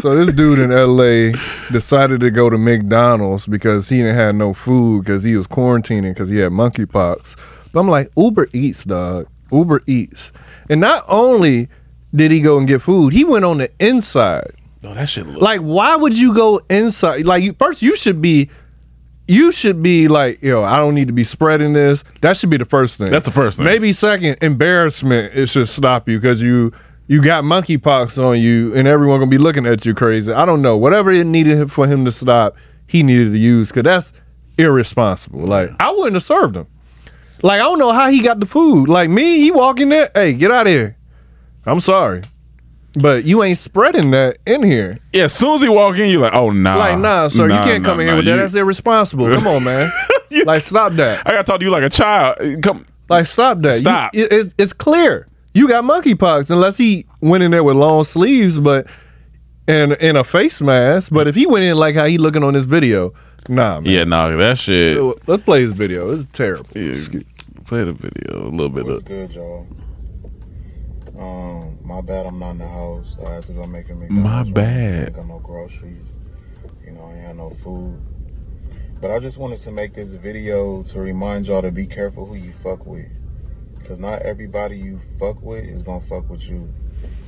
so this dude in LA decided to go to McDonald's because he didn't have no food because he was quarantining because he had monkeypox. But I'm like Uber Eats, dog. Uber Eats. And not only did he go and get food, he went on the inside.
No, Oh, that shit.
Like, why would you go inside? Like, you, first you should be, you should be like, yo, I don't need to be spreading this. That should be the first thing.
That's the first thing.
Maybe second, embarrassment. It should stop you because you you got monkeypox on you, and everyone gonna be looking at you crazy. I don't know. Whatever it needed for him to stop, he needed to use because that's irresponsible. Like, I wouldn't have served him. Like, I don't know how he got the food. Like me, he walk in there. Hey, get out of here. I'm sorry. But you ain't spreading that in here.
Yeah, as soon as he walk in, you're like, oh nah,
Like, Uh-huh. nah, sir, you can't come in here with that. That's irresponsible. Come on, man. like, stop that.
I gotta talk to you like a child. Eh, Come,
like, stop that. You-
Stop.
it- it's, it's clear. You got monkeypox, unless he went in there with long sleeves, but and in a face mask. But if he went in like how he looking on this video, nah, man.
Yeah, nah, that shit.
Let's play his video. It's terrible.
play the video a little bit. Of,
good, y'all? Um, my bad, I'm not in the house. I had to go make a
My bad.
I ain't got no groceries. You know, I ain't had no food. But I just wanted to make this video to remind y'all to be careful who you fuck with. Because not everybody you fuck with is going to fuck with you.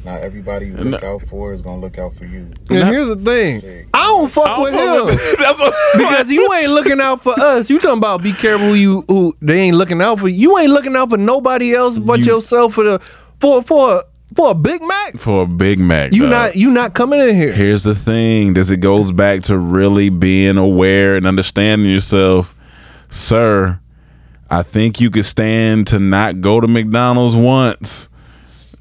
Not everybody you look out for is going to look out for you.
And here's the thing. I don't fuck with him because you ain't looking out for us. You talking about be careful who you who they ain't looking out for. You ain't looking out for nobody else but yourself for the for for for a Big Mac.
for a Big Mac.
You
dog.
not you not coming in here.
Here's the thing: this it goes back to really being aware and understanding yourself, sir. I think you could stand to not go to McDonald's once.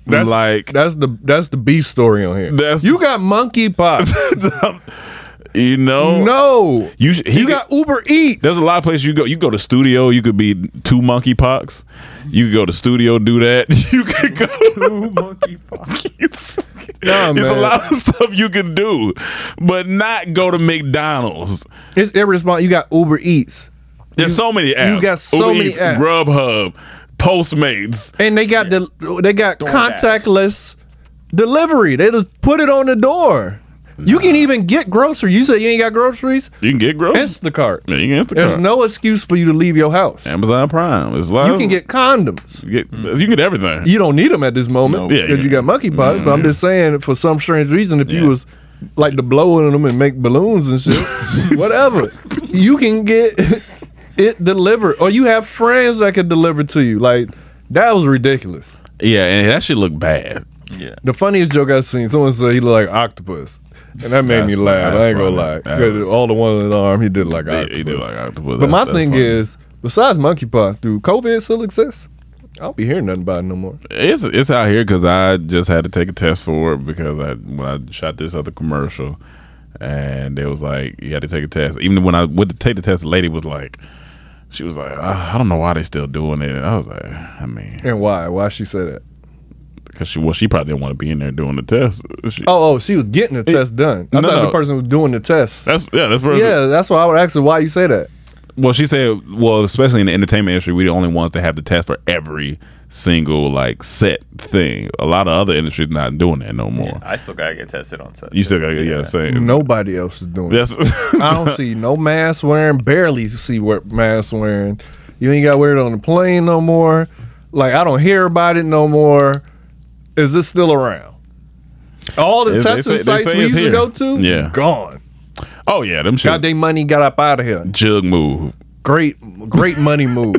That's-
like
that's the that's the beef story on here.
That's
you got monkeypox.
you know
no
you sh- he
You got Uber Eats.
There's a lot of places you go. You go to studio. You could be two monkey pox. You could go to studio. Do that. You could go two monkey
Nah,
There's a
man.
lot of stuff you can do, but not go to McDonald's.
It's irresponsible. You got Uber Eats.
There's so many apps.
you got so
Uber
many
Eats,
apps.
Grubhub, Postmates.
And they got the they got contactless delivery. They just put it on the door. You can even get groceries. You say you ain't got groceries?
You can get groceries.
Instacart.
Yeah, you can Instacart.
There's no excuse for you to leave your house.
Amazon Prime. It's like
You can get condoms.
you get, you get everything.
You don't need them at this moment
No. Yeah,
because
yeah.
you got monkeypox.
Mm,
but I'm
yeah.
just saying, for some strange reason, if you was like to blow in them and make balloons and shit. Whatever. You can get it delivered, or you have friends that can deliver to you. Like that was ridiculous.
Yeah, and that shit look bad. Yeah.
The funniest joke I've seen. Someone said he looked like octopus, and that made
That's
me
fu-
laugh.
that's
I ain't gonna
funny.
lie. 'Cause all the one in the arm, he did like octopus.
He do like octopus.
But
That's-
my
that's
thing
funny.
is, besides monkeypox, do COVID still exist? I don't be hearing nothing about it no more.
It's it's out here because I just had to take a test for it because I when I shot this other commercial, and it was like you had to take a test. Even when I went to take the test, the lady was like, she was like, I I don't know why they still doing it. And I was like, I mean,
and why? Why she said it?
Because she well, she probably didn't want to be in there doing the test. She,
Oh, oh, she was getting the test done. I
No,
thought
no.
the person was doing the test.
That's yeah, that's perfect.
yeah. That's why I would ask her why you say that.
Well, she said, well, especially in the entertainment industry, we the only ones that have the test for every single like set thing. A lot of other industries not doing that no more.
I still gotta get tested on set.
You still got to yeah, same.
Nobody else is doing.
Yes.
it. I don't see no mask wearing. Barely see what mask wearing. You ain't got to wear it on the plane no more. Like I don't hear about it no more. Is this still around? All the
They- they
testing
say- they
sites
say
we
it's
used to
here.
go to,
Yeah.
gone.
Oh yeah, them shit.
Got their money, got up out of here.
Jug move.
Great, great money move.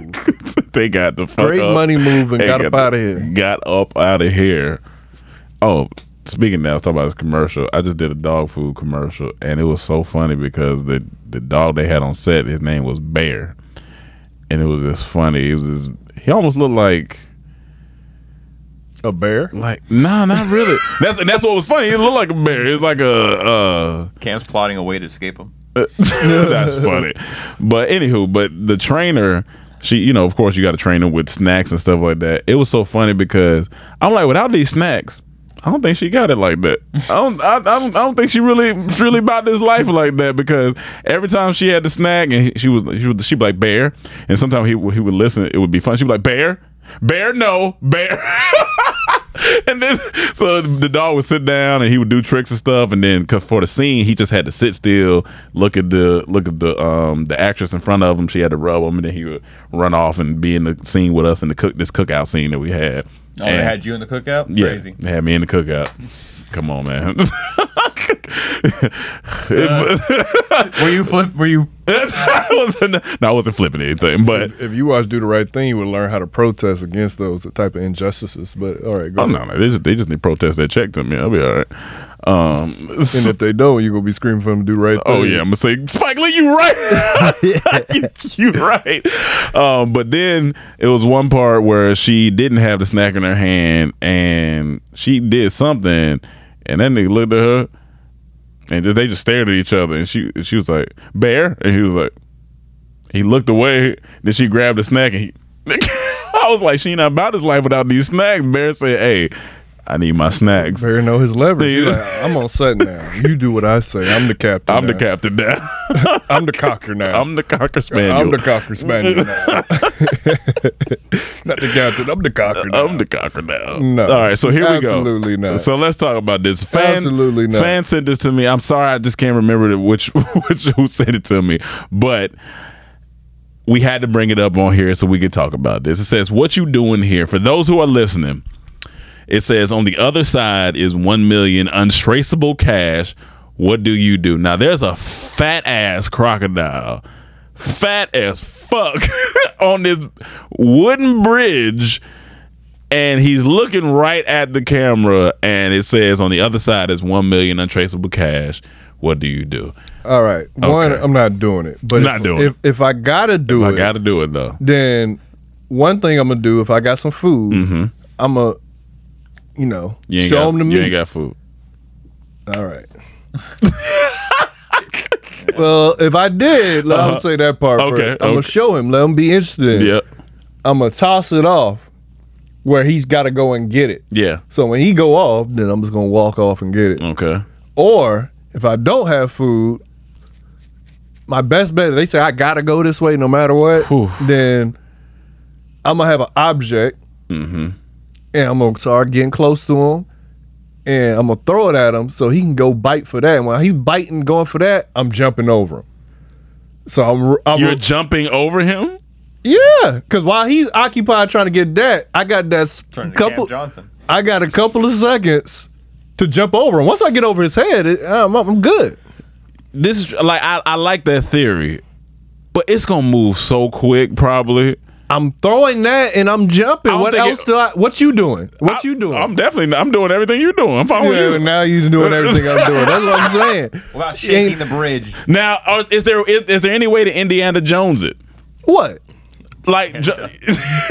they got the fuck
Great
up.
money move and
They
got up outta here.
Got up out of here. Oh, speaking now, I was talking about this commercial. I just did a dog food commercial, and it was so funny because the the dog they had on set, his name was Bear, and it was just funny. It was just, he almost looked like
a bear.
Like nah, not really. that's and that's what was funny. He looked like a bear. It's like a uh,
Cam's plotting a way to escape him.
That's funny. But anywho, but the trainer, she, you know, of course, you got to train them with snacks and stuff like that. It was so funny because I'm like, without these snacks, I don't think she got it like that. I don't, I, I don't, I don't think she really, she really about this life like that because every time she had the snack and he- she was, she was, she'd be like bear, and sometimes he, would- he would listen. It would be fun. She'd be like bear, bear, no bear. and then so the dog would sit down and he would do tricks and stuff and then cause for the scene he just had to sit still look at the look at the um the actress in front of him she had to rub him and then he would run off and be in the scene with us in the cook this cookout scene that we had
Oh, they had you in the cookout?
yeah
Crazy.
they had me in the cookout come on man
Uh. were you flip were you
I wasn't, no, I wasn't flipping anything but
if, if you watch Do the Right Thing, you would learn how to protest against those type of injustices. But all right, go
oh
ahead.
no, no they just they just need to protest that check to me i'll be all right um
And if they don't, you're gonna be screaming for them to do right.
Oh
thing.
yeah, I'm gonna say Spike Lee, you right, you, you right. Um, but then it was one part where she didn't have the snack in her hand, and she did something, and that nigga looked at her, and just, they just stared at each other, and she she was like bear, and he was like, he looked away, then she grabbed the snack, and he, I was like, she not about this life without these snacks. Bear said, hey. I need my snacks.
Bear know his leverage. He like, I'm on set now. You do what I say. I'm the captain.
I'm the
now.
captain now.
I'm the cocker now.
I'm the cocker spaniel.
I'm the cocker spaniel now. Not the captain. I'm the cocker now.
I'm the cocker now.
No.
All right, so here we go.
Absolutely not.
So let's talk about this. Fan,
Absolutely not.
Fan sent this to me. I'm sorry, I just can't remember the- which which who sent it to me, but we had to bring it up on here so we could talk about this. It says, "What you doing here?" For those who are listening, it says on the other side is 1 million untraceable cash. What do you do? Now there's a fat ass crocodile. Fat as fuck on this wooden bridge and he's looking right at the camera and it says on the other side is 1 million untraceable cash. What do you do?
All right. One,
Okay.
I'm not doing it. But
Not
if,
doing
if,
it.
if I gotta do
I
it,
got to do it though.
then one thing I'm gonna do if I got some food, I'm a, you know,
Mm-hmm. You ain't
show them
got,
to
you
me.
ain't got food.
All right. well, if I did, I
Uh-huh.
would say that part.
Okay,
first. I'm gonna
okay.
show him. Let him be interested.
Yeah.
I'm gonna toss it off where he's got to go and get it.
Yeah.
So when he go off, then I'm just gonna walk off and get it.
Okay.
Or if I don't have food, my best bet. They say I gotta go this way no matter what. Then I'm gonna have an object, and I'm gonna start getting close to him, and I'm gonna throw it at him so he can go bite for that. And while he's biting, going for that, I'm jumping over him. So I'm, I'm
You're jumping over him?
yeah, because while he's occupied trying to get that, I got that s-
Turn to Cam
couple.
Johnson.
I got a couple of seconds to jump over. And once I get over his head, it, I'm, I'm good.
This is like I, I like that theory, but it's gonna move so quick. Probably
I'm throwing that and I'm jumping. What else do I? What you doing? What you doing?
I'm definitely I'm doing everything you're doing. I'm fine
Yeah,
with you.
now you're doing everything I'm doing. That's what I'm saying.
What about shaking the bridge?
Now, are, is there is, is there any way to Indiana Jones it?
What?
Like, ju-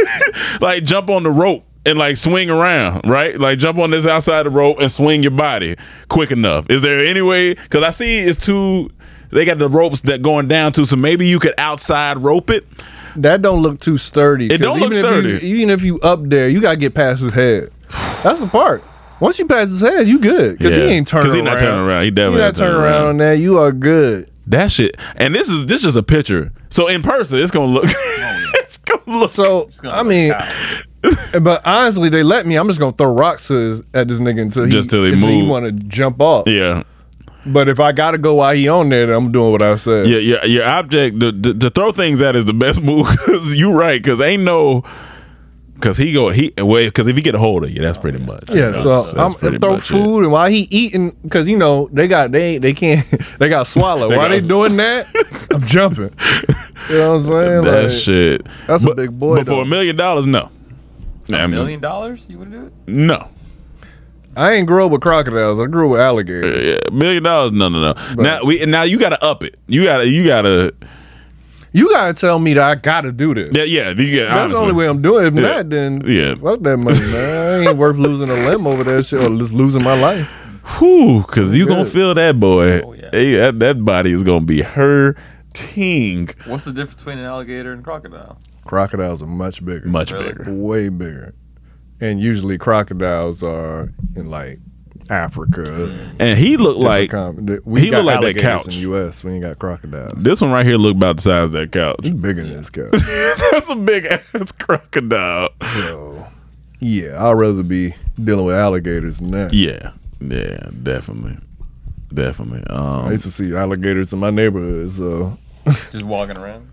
like jump on the rope and like swing around, right? Like jump on this outside the rope and swing your body quick enough. Is there any way? Because I see it's too. They got the ropes that going down too, so maybe you could outside rope it.
That don't look too sturdy.
It don't
'cause
look
even if
sturdy.
You, even if you up there, you gotta get past his head. That's the part. Once you pass his head, you good because
Yeah.
he ain't
'Cause
turning.
he not turning around. He
he
definitely not
not turning
turning
around.
around.
on that. You are good.
That shit. And this is this is a picture. So in person, it's gonna look. it's gonna look.
So I mean,
uh,
but honestly, they let me. I'm just gonna throw rocks to his, at this nigga until he
Just till he
until
move.
want to jump off.
yeah.
But if I gotta go while he on there, then I'm doing what I said.
Yeah, yeah, your object the, the, to throw things at is the best move. Cause you right, cause ain't no, cause he go he well, cause if he get a hold of you, that's pretty much.
Yeah,
that's-
so
that's
I'm
pretty
I'm throw
much it.
food and while he eating, because you know they got they they can't they got swallow.
They
while
got-
they doing that, I'm jumping. You know what I'm saying?
That
Like,
shit.
That's
But-
a big boy.
But for a million dollars, no. A
Million dollars? You would do it?
No.
I ain't grow up with crocodiles. I grew up with alligators.
Yeah, million dollars? No, no, no. now we now you gotta up it. You gotta you gotta
You gotta tell me that I gotta do this.
yeah yeah. You get,
That's the only way I'm doing. it. If not, then
yeah.
fuck that money, man. I ain't worth losing a limb over that shit or just losing my life.
Whew, cause you gonna feel that boy.
Oh,
Hey, that, that body is gonna be hurting.
What's the difference between an alligator and a crocodile?
Crocodiles are much bigger.
Much
Really?
bigger.
Way bigger. And usually crocodiles are in like Africa.
And he looked like-
Different com- we
he
got
looked like that
alligators
couch.
in the U.S. We ain't got crocodiles.
This one right here look about the size of that couch. It's
bigger than this couch.
That's a big ass crocodile.
So yeah, I'd rather be dealing with alligators than that.
Yeah, yeah, definitely, definitely. Um,
I used to see alligators in my neighborhood. So
Just walking around.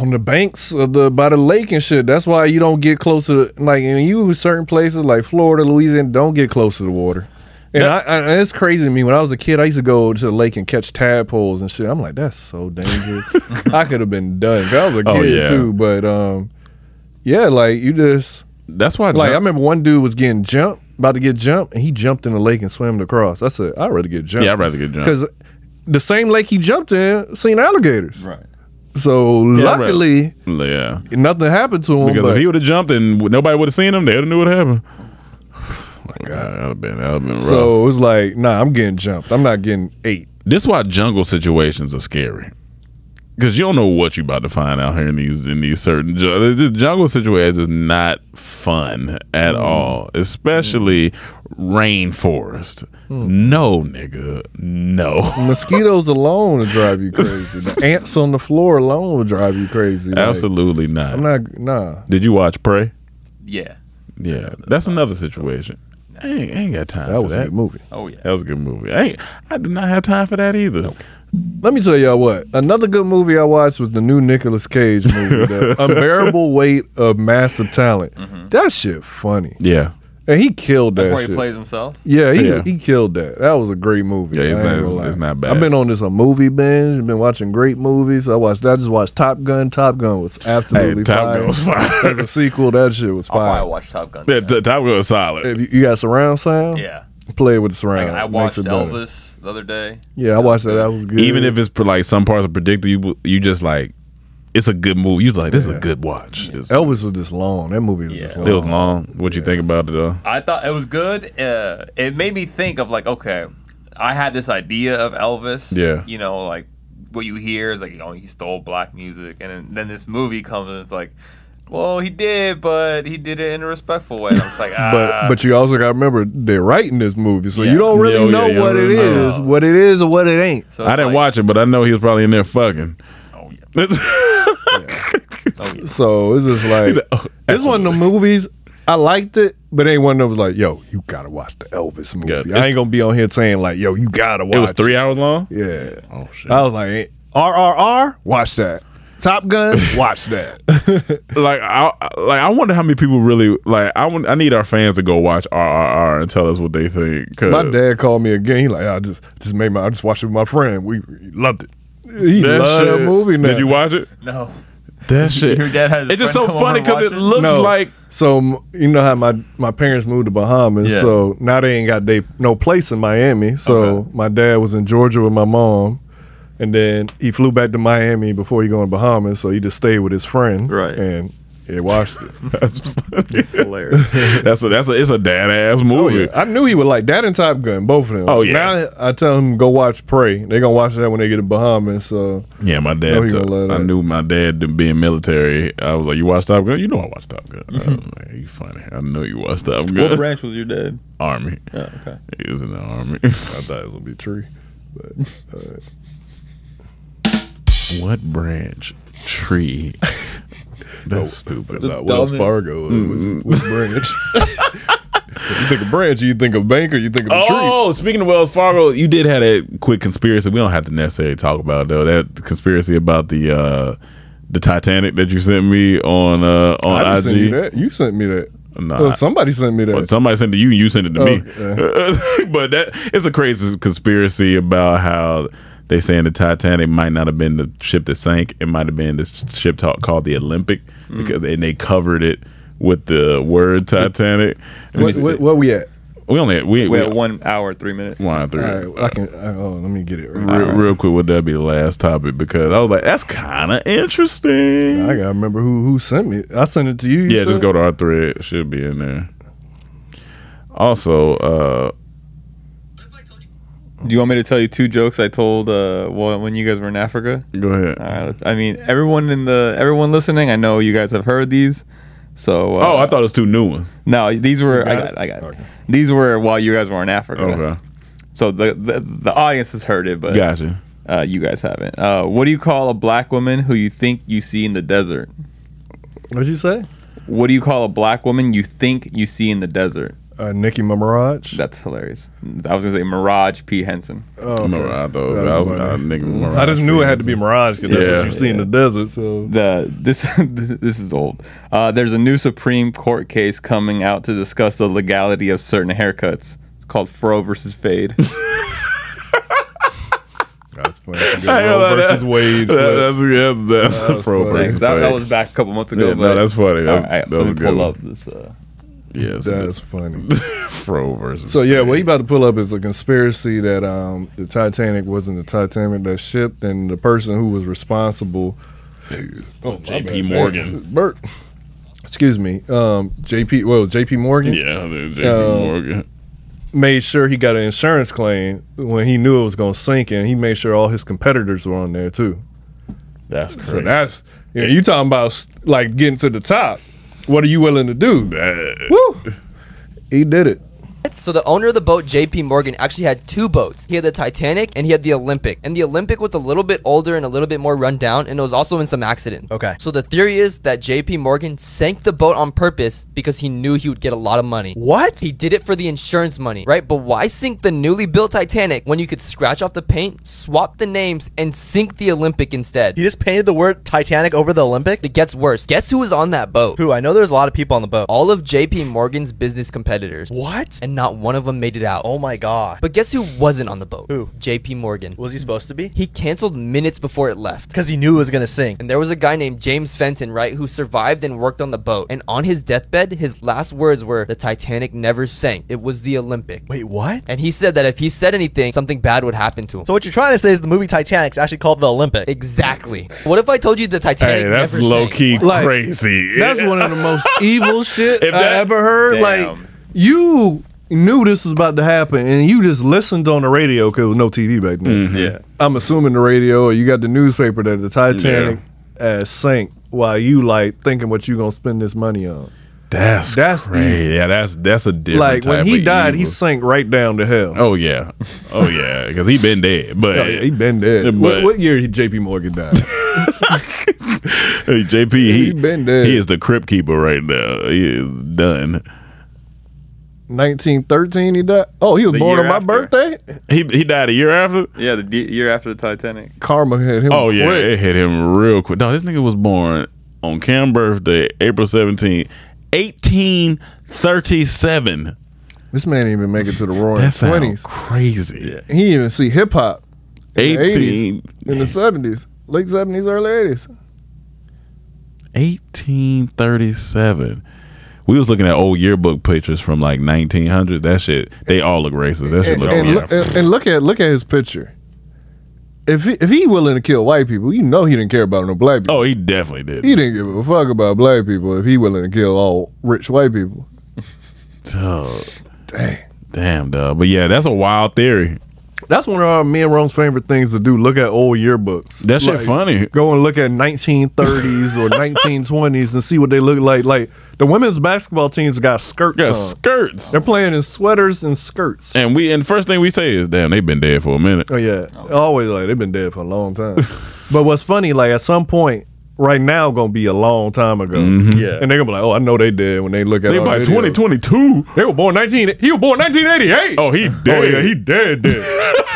on the banks of the by the lake and shit. That's why you don't get close to the, like in you certain places like Florida, Louisiana, don't get close to the water. And I, I, it's crazy to me. When I was a kid, I used to go to the lake and catch tadpoles and shit. I'm like, that's so dangerous. I could have been done. 'cause I was a kid
Oh, yeah.
too, but um, yeah, like you just.
That's why.
Like I
jump-
remember one dude was getting jumped, about to get jumped, and he jumped in the lake and swam across. I said, I'd rather get jumped.
Yeah, I'd rather get jumped.
because the same lake he jumped in seen alligators.
Right.
So
Yeah, I'd rather-
luckily,
yeah.
nothing happened to him.
Because
but
if he would have jumped and w- nobody would have seen him, they would have knew what happened. My God, that would have been that would have been rough.
so it was like, nah, I'm getting jumped. I'm not getting eight.
this why jungle situations are scary. Cause you don't know what you about to find out here in these in these certain ju- this jungle situations is not fun at
Mm.
all, especially rainforest.
Hmm.
No, nigga, no.
Mosquitoes alone will drive you crazy. The ants on the floor alone will drive you crazy. Like,
Absolutely not.
I'm not. Nah.
Did you watch Prey?
Yeah.
Yeah, that's another situation. I ain't, I ain't got time.
That
for
was a
that
good movie.
Oh yeah,
that was a good movie. I ain't, I do not have time for that either.
Let me tell y'all what. Another good movie I watched was the new Nicolas Cage movie, The Unbearable Weight of Massive Talent. That shit funny.
Yeah.
And he killed that.
Mm-hmm. That's where he
shit.
plays himself.
Yeah, he
Yeah.
he killed that. That was a great movie.
Yeah, it's
I ain't
not-
gonna
it's-
lie.
it's not bad.
I've been on this a movie binge. I've been watching great movies. I watched. I just watched Top Gun. Top Gun was absolutely
Top
fire.
Gun was fire.
As a sequel, that shit was
I'll
fire.
probably watch Top Gun.
Yeah, T- Top Gun was solid.
If you, you got surround sound,
Yeah.
play with the surround.
Like, I
Makes
watched
it better.
Elvis the other day.
Yeah, I watched that. That was good.
Even if it's pr- like some parts are predictable, you, you just like it's a good movie. You like this is a good watch. It's-
Elvis Oh, was just long. That movie was just long.
It was long. What you think about it though?
I thought it was good. Uh, it made me think of like, okay, I had this idea of Elvis.
Yeah.
You know, like what you hear is like, you know, he stole black music, and then, then this movie comes and it's like, well, he did, but he did it in a respectful way. And I'm just like, ah.
But but you also got to remember they're writing this movie, so
Yeah.
you don't really
Uh, Yeah, oh,
know
yeah, you
what
don't
it
really
is,
know.
what it is, or what it ain't.
I didn't watch it, but I know he was probably in there fucking. Oh
So it's just like
oh,
this one of the movies I liked it, but ain't one that was like, yo, you gotta watch the Elvis movie. I ain't gonna be on here saying like, yo, you gotta watch.
It was three hours long.
Yeah.
Oh shit.
I was like, RRR, watch that. Top Gun. Watch that.
like I I- like I wonder how many people really like I want I need our fans to go watch RRR and tell us what they think. 'cause-
My dad called me again. He like, I just just made my I just watched it with my friend. We we loved it. He
That
loved that
shit-
movie. Now.
Did you watch it?
No.
That shit.
Your dad has.
It's just so funny because it looks
No.
like
so m- you know how my my parents moved to Bahamas,
Yeah.
so now they ain't got they no place in Miami. So my dad was in Georgia with my mom, and then he flew back to Miami before he go in Bahamas. So he just stayed with his friend, right? And he watched it.
that's hilarious. that's a that's a it's a dad ass movie.
Oh, I knew he would like that and Top Gun, both of them.
Oh, yeah.
Now I tell him go watch Prey. They gonna watch that when they get to Bahamas. So
Yeah, my
I know
dad.
he
took-
gonna love
I
that.
knew my dad to being military. I was like, "You watch Top Gun? You know I watched Top Gun." I was
Mm-hmm.
like, you funny. I know you watched Top Gun.
What branch was your dad?
Army.
Oh, okay.
He was in the army. I
thought it would be tree, but uh,
what branch? Tree. That's stupid.
That's not Wells Fargo. uh, Which, which branch? you think of branch, you think of bank, or you think of a tree?
Oh, speaking of Wells Fargo, you did have that quick conspiracy. We don't have to necessarily talk about it, though that conspiracy about the uh the Titanic that you sent me on uh on
I didn't
IG.
send you that. You sent me that.
Nah.
Oh, somebody sent me that.
Well, somebody sent it to you, and you sent it to me.
Oh, Okay.
but that it's a crazy conspiracy about how they saying the Titanic might not have been the ship that sank. It might have been this ship ta- called the Olympic because and they covered it with the word Titanic.
what, what, where we at?
we only we,
We had one hour, three minutes.
One hour,
All
three.
right, I can. I, oh, let me get it. Right.
Real, real quick, would that be the last topic? Because I was like, that's kind of interesting.
I gotta remember who who sent me. it. I sent it to you. you
yeah, just
said?
go to our thread. It should be in there. Also, uh,
Do you want me to tell you two jokes I told uh, wh- when you guys were in Africa?
Go ahead.
All right. let's- I mean, everyone in the everyone listening, I know you guys have heard these. So. Uh,
oh, I thought it was two new ones.
No, these were. I
got
got. It? I got. It. These were while you guys were in Africa.
Okay.
So the the, the audience has heard it, but
Gotcha.
Uh, you guys haven't. Uh, what do you call a black woman who you think you see in the desert?
What'd you say?
What do you call a black woman you think you see in the desert?
Uh, Nicki Mirage.
That's hilarious. I was gonna say Mirage P Henson.
Oh, okay.
Mirage, though.
That
I was
funny.
not thinking
I
Mirage
just knew it had to be Mirage because that's
Yeah.
what you see in the desert. So
The this this is old. Uh, there's a new Supreme Court case coming out to discuss the legality of certain haircuts. It's called fro versus fade.
that's funny.
I know
Roe
that-
versus Wade. flip.
that- that's, that's, that's,
That's
pro
funny.
versus
Thanks. That, that
fake.
was back a couple months ago.
Yeah, no,
but-
that's funny. That's,
All right,
that was a
let me
good
pull
one.
up this. Uh,
Yes,
That's funny.
pro versus.
So yeah, what he about to pull up is a conspiracy that um, the Titanic wasn't the Titanic that shipped, and the person who was responsible,
Oh, J.P.
bad.
Morgan.
Bert, excuse me, um, J.P. Well, J.P. Morgan.
Yeah, the J.P.
Um,
Morgan.
Made sure he got an insurance claim when he knew it was going to sink, and he made sure all his competitors were on there too.
That's crazy.
So that's you, know, you talking about like getting to the top. What are you willing to do? Woo! He did it.
So the owner of the boat, J.P. Morgan, actually had two boats. He had the Titanic and he had the Olympic. And the Olympic was a little bit older and a little bit more run down, and it was also in some accident. Okay. So the theory is that J.P. Morgan sank the boat on purpose because he knew he would get a lot of money. What? He did it for the insurance money, right? But why sink the newly built Titanic when you could scratch off the paint, swap the names, and sink the Olympic instead? He just painted the word Titanic over the Olympic? It gets worse. Guess who was on that boat? Who? I know there's a lot of people on the boat. All of J.P. Morgan's business competitors. What? And not one of them made it out. Oh my god. But guess who wasn't on the boat? Who? J.P. Morgan. Was he supposed to be? He canceled minutes before it left. Because he knew it was going to sink. And there was a guy named James Fenton, right, who survived and worked on the boat. And on his deathbed, his last words were, The Titanic never sank. It was the Olympic. Wait, what? And he said that if he said anything, something bad would happen to him.
So what you're trying to say is the movie Titanic's actually called the Olympic.
Exactly. What if I told you the Titanic
Hey, that's
never
low
sank?
key
Like,
crazy.
That's one of the most evil shit
If that-
I ever heard.
Damn.
Like you knew this was about to happen, and you just listened on the radio because there was no TV back then.
Mhm. Yeah.
I'm assuming the radio, or you got the newspaper that the Titanic uh, sank while you like thinking what you gonna spend this money on.
That's
that's
crazy. Yeah, that's that's a different.
like when
type
he
of
died, he
evil.
sank right down to hell.
Oh yeah, oh yeah, because he been dead. But
Oh, yeah, he been dead. What,
But
what year did J.P. Morgan die?
hey, JP, he,
been dead.
He is the crypt keeper right now. He is done.
1913 he died. Oh, he was
The
born on
year
my
after.
birthday.
He he died a year after.
Yeah, the d- year after the Titanic.
Karma hit him.
oh yeah,
quick.
it hit him real quick. No, this nigga was born on Cam's birthday, April 17, 1837.
This man didn't even make it to the roaring
That sound
20s.
Crazy.
He didn't even see hip hop. in the
18.
80s, in the 70s, late 70s, early 80s.
1837. We was looking at old yearbook pictures from like 1900. That shit, they all look racist. That shit
And,
look
and look, and, and look at look at his picture. If he, if he willing to kill white people, you know he didn't care about no black people.
Oh, he definitely did.
He didn't give a fuck about black people if he willing to kill all rich white people.
Dog. Oh, Damn, dog. But yeah, that's a wild theory.
That's one of our me and Rome's favorite things to do. Look at old yearbooks.
That shit funny.
Go and look at 1930s or 1920s and see what they look like. Like the women's basketball teams got skirts.
Got
on.
skirts.
They're playing in sweaters and skirts.
And we and first thing we say is, damn, they've been dead for a minute.
Oh yeah, always like they've been dead for a long time. but what's funny, like at some point, right now, gonna be a long time ago.
Yeah.
and they're gonna be like, oh, I know they dead when they look at.
They
our
by
videos.
2022.
They were born nineteen. He was born nineteen eighty eight.
Oh, he
Oh
dead.
yeah, he dead dead. Oh,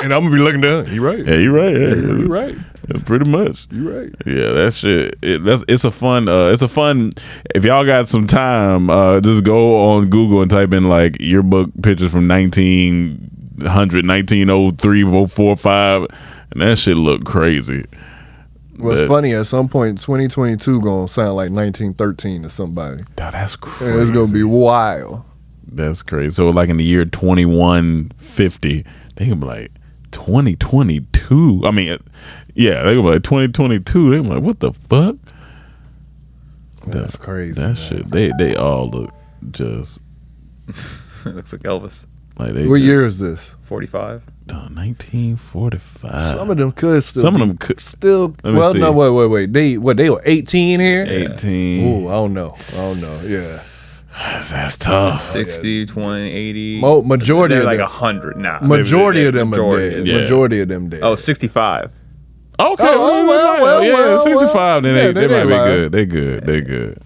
and I'm gonna be looking down. You right?
Yeah, you right. Yeah,
you right.
Yeah, pretty much.
You right.
Yeah, that shit. It, that's it's a fun. Uh, it's a fun. If y'all got some time, uh, just go on Google and type in like yearbook pictures from 1900, 1903, 04, 05, and that shit look crazy.
What's
That-
funny? At some point, 2022 gonna sound like 1913 to somebody.
that's crazy.
And it's gonna be wild.
That's crazy. So like in the year 2150, they gonna be like 2022. I mean, uh, yeah, they gonna be like 2022. They gonna be like, what the fuck?
That's crazy.
That shit. They they all look just
it looks like Elvis.
like they.
what
just-
year is this?
45.
Oh, 1945.
Uh, Some of them could still.
Some of
be-
them could-
still.
Let me
Well,
see.
no, wait, wait, wait. They what? They were eighteen here.
Eighteen.
Ooh, I don't know. I don't know. Yeah.
That's tough.
60, 20, 80.
Mo- majority
They're
of
like
them-
100 now.
Majority of them are dead. Majority of them dead.
Oh, 65.
Okay,
Oh, oh,
well, they
well,
might-
well,
yeah,
well,
65. then
well.
they,
Yeah,
they,
they- they
might be
alive.
good. They good. They good.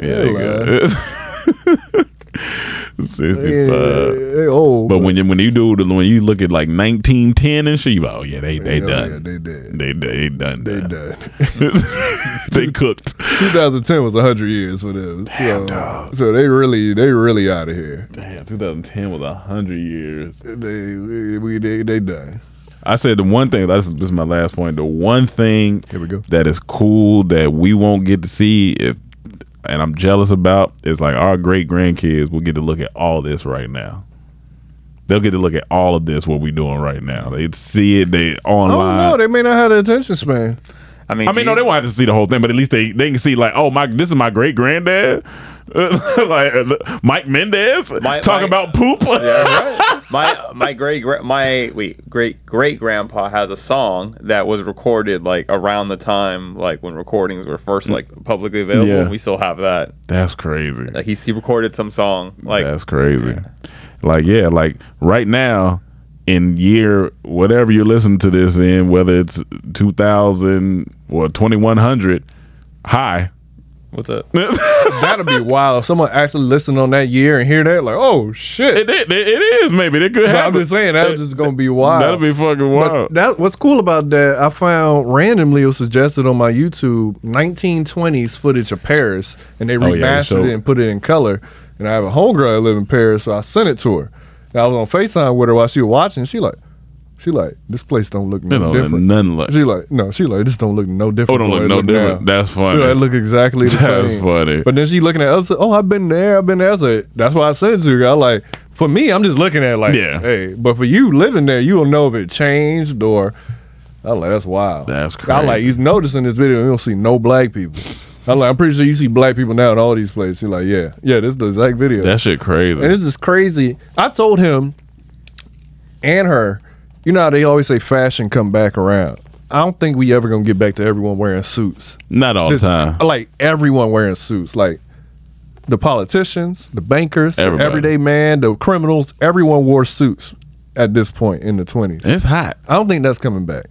Yeah,
They
they good. 65.
Yeah, they old,
uh, But when you when you do the when you look at like 1910 and shit, you like, oh yeah, they they
Hell
done.
yeah, they did.
They they done.
They
done.
done.
they cooked.
2010 was 100 years for them. so, so they really, they really out of here.
Damn, 2010 was a hundred years.
They, we, we- they, they done.
I said the one thing. That's this is my last point. The one thing
Here we go.
that is cool that we won't get to see if, and I'm jealous about is like our great grandkids will get to look at all this right now. They'll get to look at all of this what we doing right now. They see it. They online.
Oh no, they may not have the attention span.
I mean,
I mean, no, they won't have to see the whole thing, but at least they, they can see like, oh my, this is my great granddad, like uh, Mike Mendez
My-
talk
my-
about poop.
Yeah, right. my my great gra- my wait great great grandpa has a song that was recorded like around the time like when recordings were first like publicly available.
Yeah.
We still have that.
That's crazy.
Like he, he recorded some song like
That's crazy. Like yeah, like right now in year whatever you listen to this in, whether it's two thousand or twenty one hundred, high.
What's up?
That'll be wild. If someone actually listened on that year and hear that, like, oh shit.
It, it, it is maybe it could
But
happen.
I'm just saying that's just gonna be wild.
That'll be fucking
But
wild.
that what's cool about that, I found randomly it was suggested on my YouTube 1920s footage of Paris, and they
Oh, yeah, they
remastered
showed-
it and put it in color. And I have a homegirl that live in Paris, so I sent it to her. And I was on Facetime with her while she was watching. She like, she like, this place don't look
They
no
don't look
different.
none like-
She like, no, she like, this don't look no different.
Oh, don't
from
look
what it
no different.
now."
That's funny.
Yeah, it look exactly the
That's
same.
funny.
But then she looking at us. Oh, I've been there. I've been there. I said, that's why I sent it to her. I like, for me, I'm just looking at it like,
Yeah.
hey. But for you living there, you don't know if it changed or. I like that's wild.
That's
I like
crazy.
you noticing this video. You don't see no black people. I like. I'm pretty sure you see black people now in all these places. You're like, yeah, yeah. This is the exact video.
That shit crazy.
And this is crazy. I told him and her, you know how they always say fashion come back around. I don't think we ever gonna get back to everyone wearing suits.
Not all the time.
Like everyone wearing suits. Like the politicians, the bankers,
Everybody.
the everyday man, the criminals, everyone wore suits at this point in the twenties.
It's hot.
I don't think that's coming back.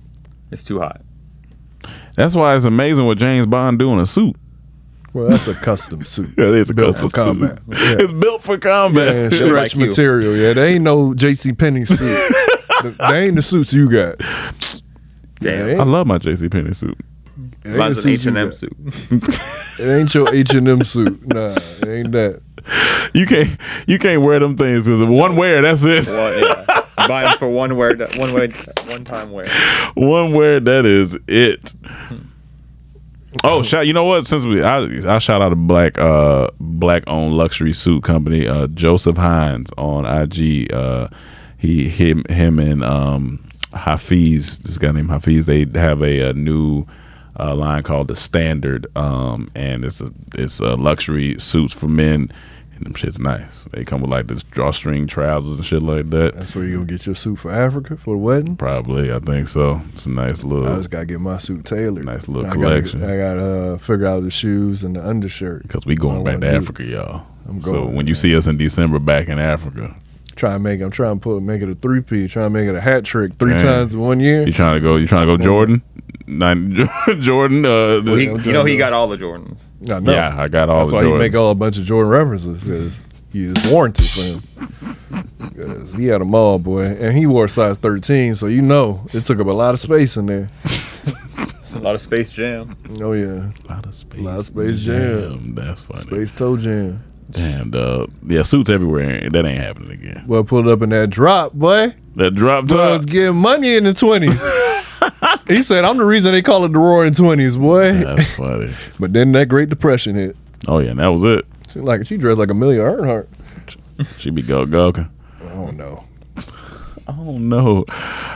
it's too hot.
That's why it's amazing what James Bond do in a suit.
Well, that's a custom suit.
yeah, it's a
built for
custom suit.
combat. Yeah.
It's built for combat.
Yeah,
Just like
stretch
you.
material. Yeah, they ain't no J.C. Penney suit. Th- they ain't the suits you got.
Damn, I love my JC Penney suit.
It ain't Mine's the an suits you H&M got. suit. It ain't your H and M suit. Nah, it ain't that.
You can't you can't wear them things because one wear that's it.
Well, yeah. You buy them for one wear, one wear, one time wear.
one wear that is it. Oh, shout! You know what? Since we, I, I shout out a black, uh, black owned luxury suit company, uh, Joseph Hines on IG. Uh, he, him, him, and um, Hafiz. This guy named Hafiz. They have a, a new uh, line called the Standard, um, and it's a, it's a luxury suits for men. And them shit's nice. They come with like this drawstring trousers and shit like that.
That's where you gonna get your suit for Africa for the wedding.
Probably, I think so. It's a nice little.
I just gotta get my suit tailored.
Nice little
I
collection.
Gotta, I gotta uh, figure out the shoes and the undershirt
Because we going
What I
back to
wanna do.
Africa, y'all.
I'm
so
going,
when you see us in December back in Africa,
Try and make. I'm trying to put make it a three p. Try and make it a hat trick three
Damn.
times in one year.
you trying to go? You trying to go Jordan? Not, Jordan. Uh, the-
He, you know he got all the Jordans.
I know.
Yeah, I got all
That's
the
why you make
Jordans.
all a bunch of Jordan references because it's warranted for him. 'Cause he had them all, boy, and he wore size 13, so you know it took up a lot of space in there.
A lot of Space Jam.
Oh yeah,
a lot of space,
space jam.
That's funny.
Space toe jam.
Damn, dog. Yeah, suits everywhere. That ain't happening again.
Well, pulled up in that drop, boy.
That drop top.
was getting money in the 20s. he said, "I'm the reason they call it the Roaring 20s, boy."
That's funny.
but then that Great Depression hit.
Oh yeah, and that was it.
She like she dressed like Amelia Earnhardt.
She be go gawking.
I don't know.
Oh no!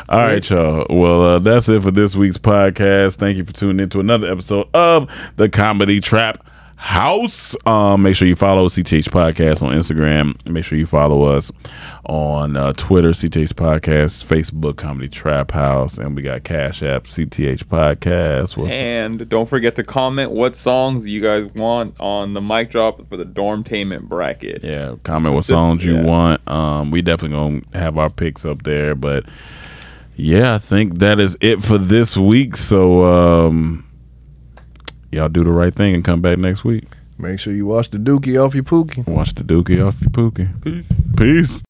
All right, y'all. Well, uh, that's it for this week's podcast. Thank you for tuning in to another episode of the Comedy Trap House. Um, make sure you follow CTH Podcast on Instagram. Make sure you follow us on uh, Twitter, CTH Podcast, Facebook, Comedy Trap House, and we got Cash App, CTH Podcast. What's
And don't forget to comment what songs you guys want on the mic drop for the dormtainment bracket.
Yeah, comment what songs you want. Um, we definitely gonna have our picks up there, but yeah, I think that is it for this week. So um, y'all do the right thing and come back next week.
Make sure you wash the dookie off your pookie.
Watch the Dookie off your Pookie. Peace. Peace.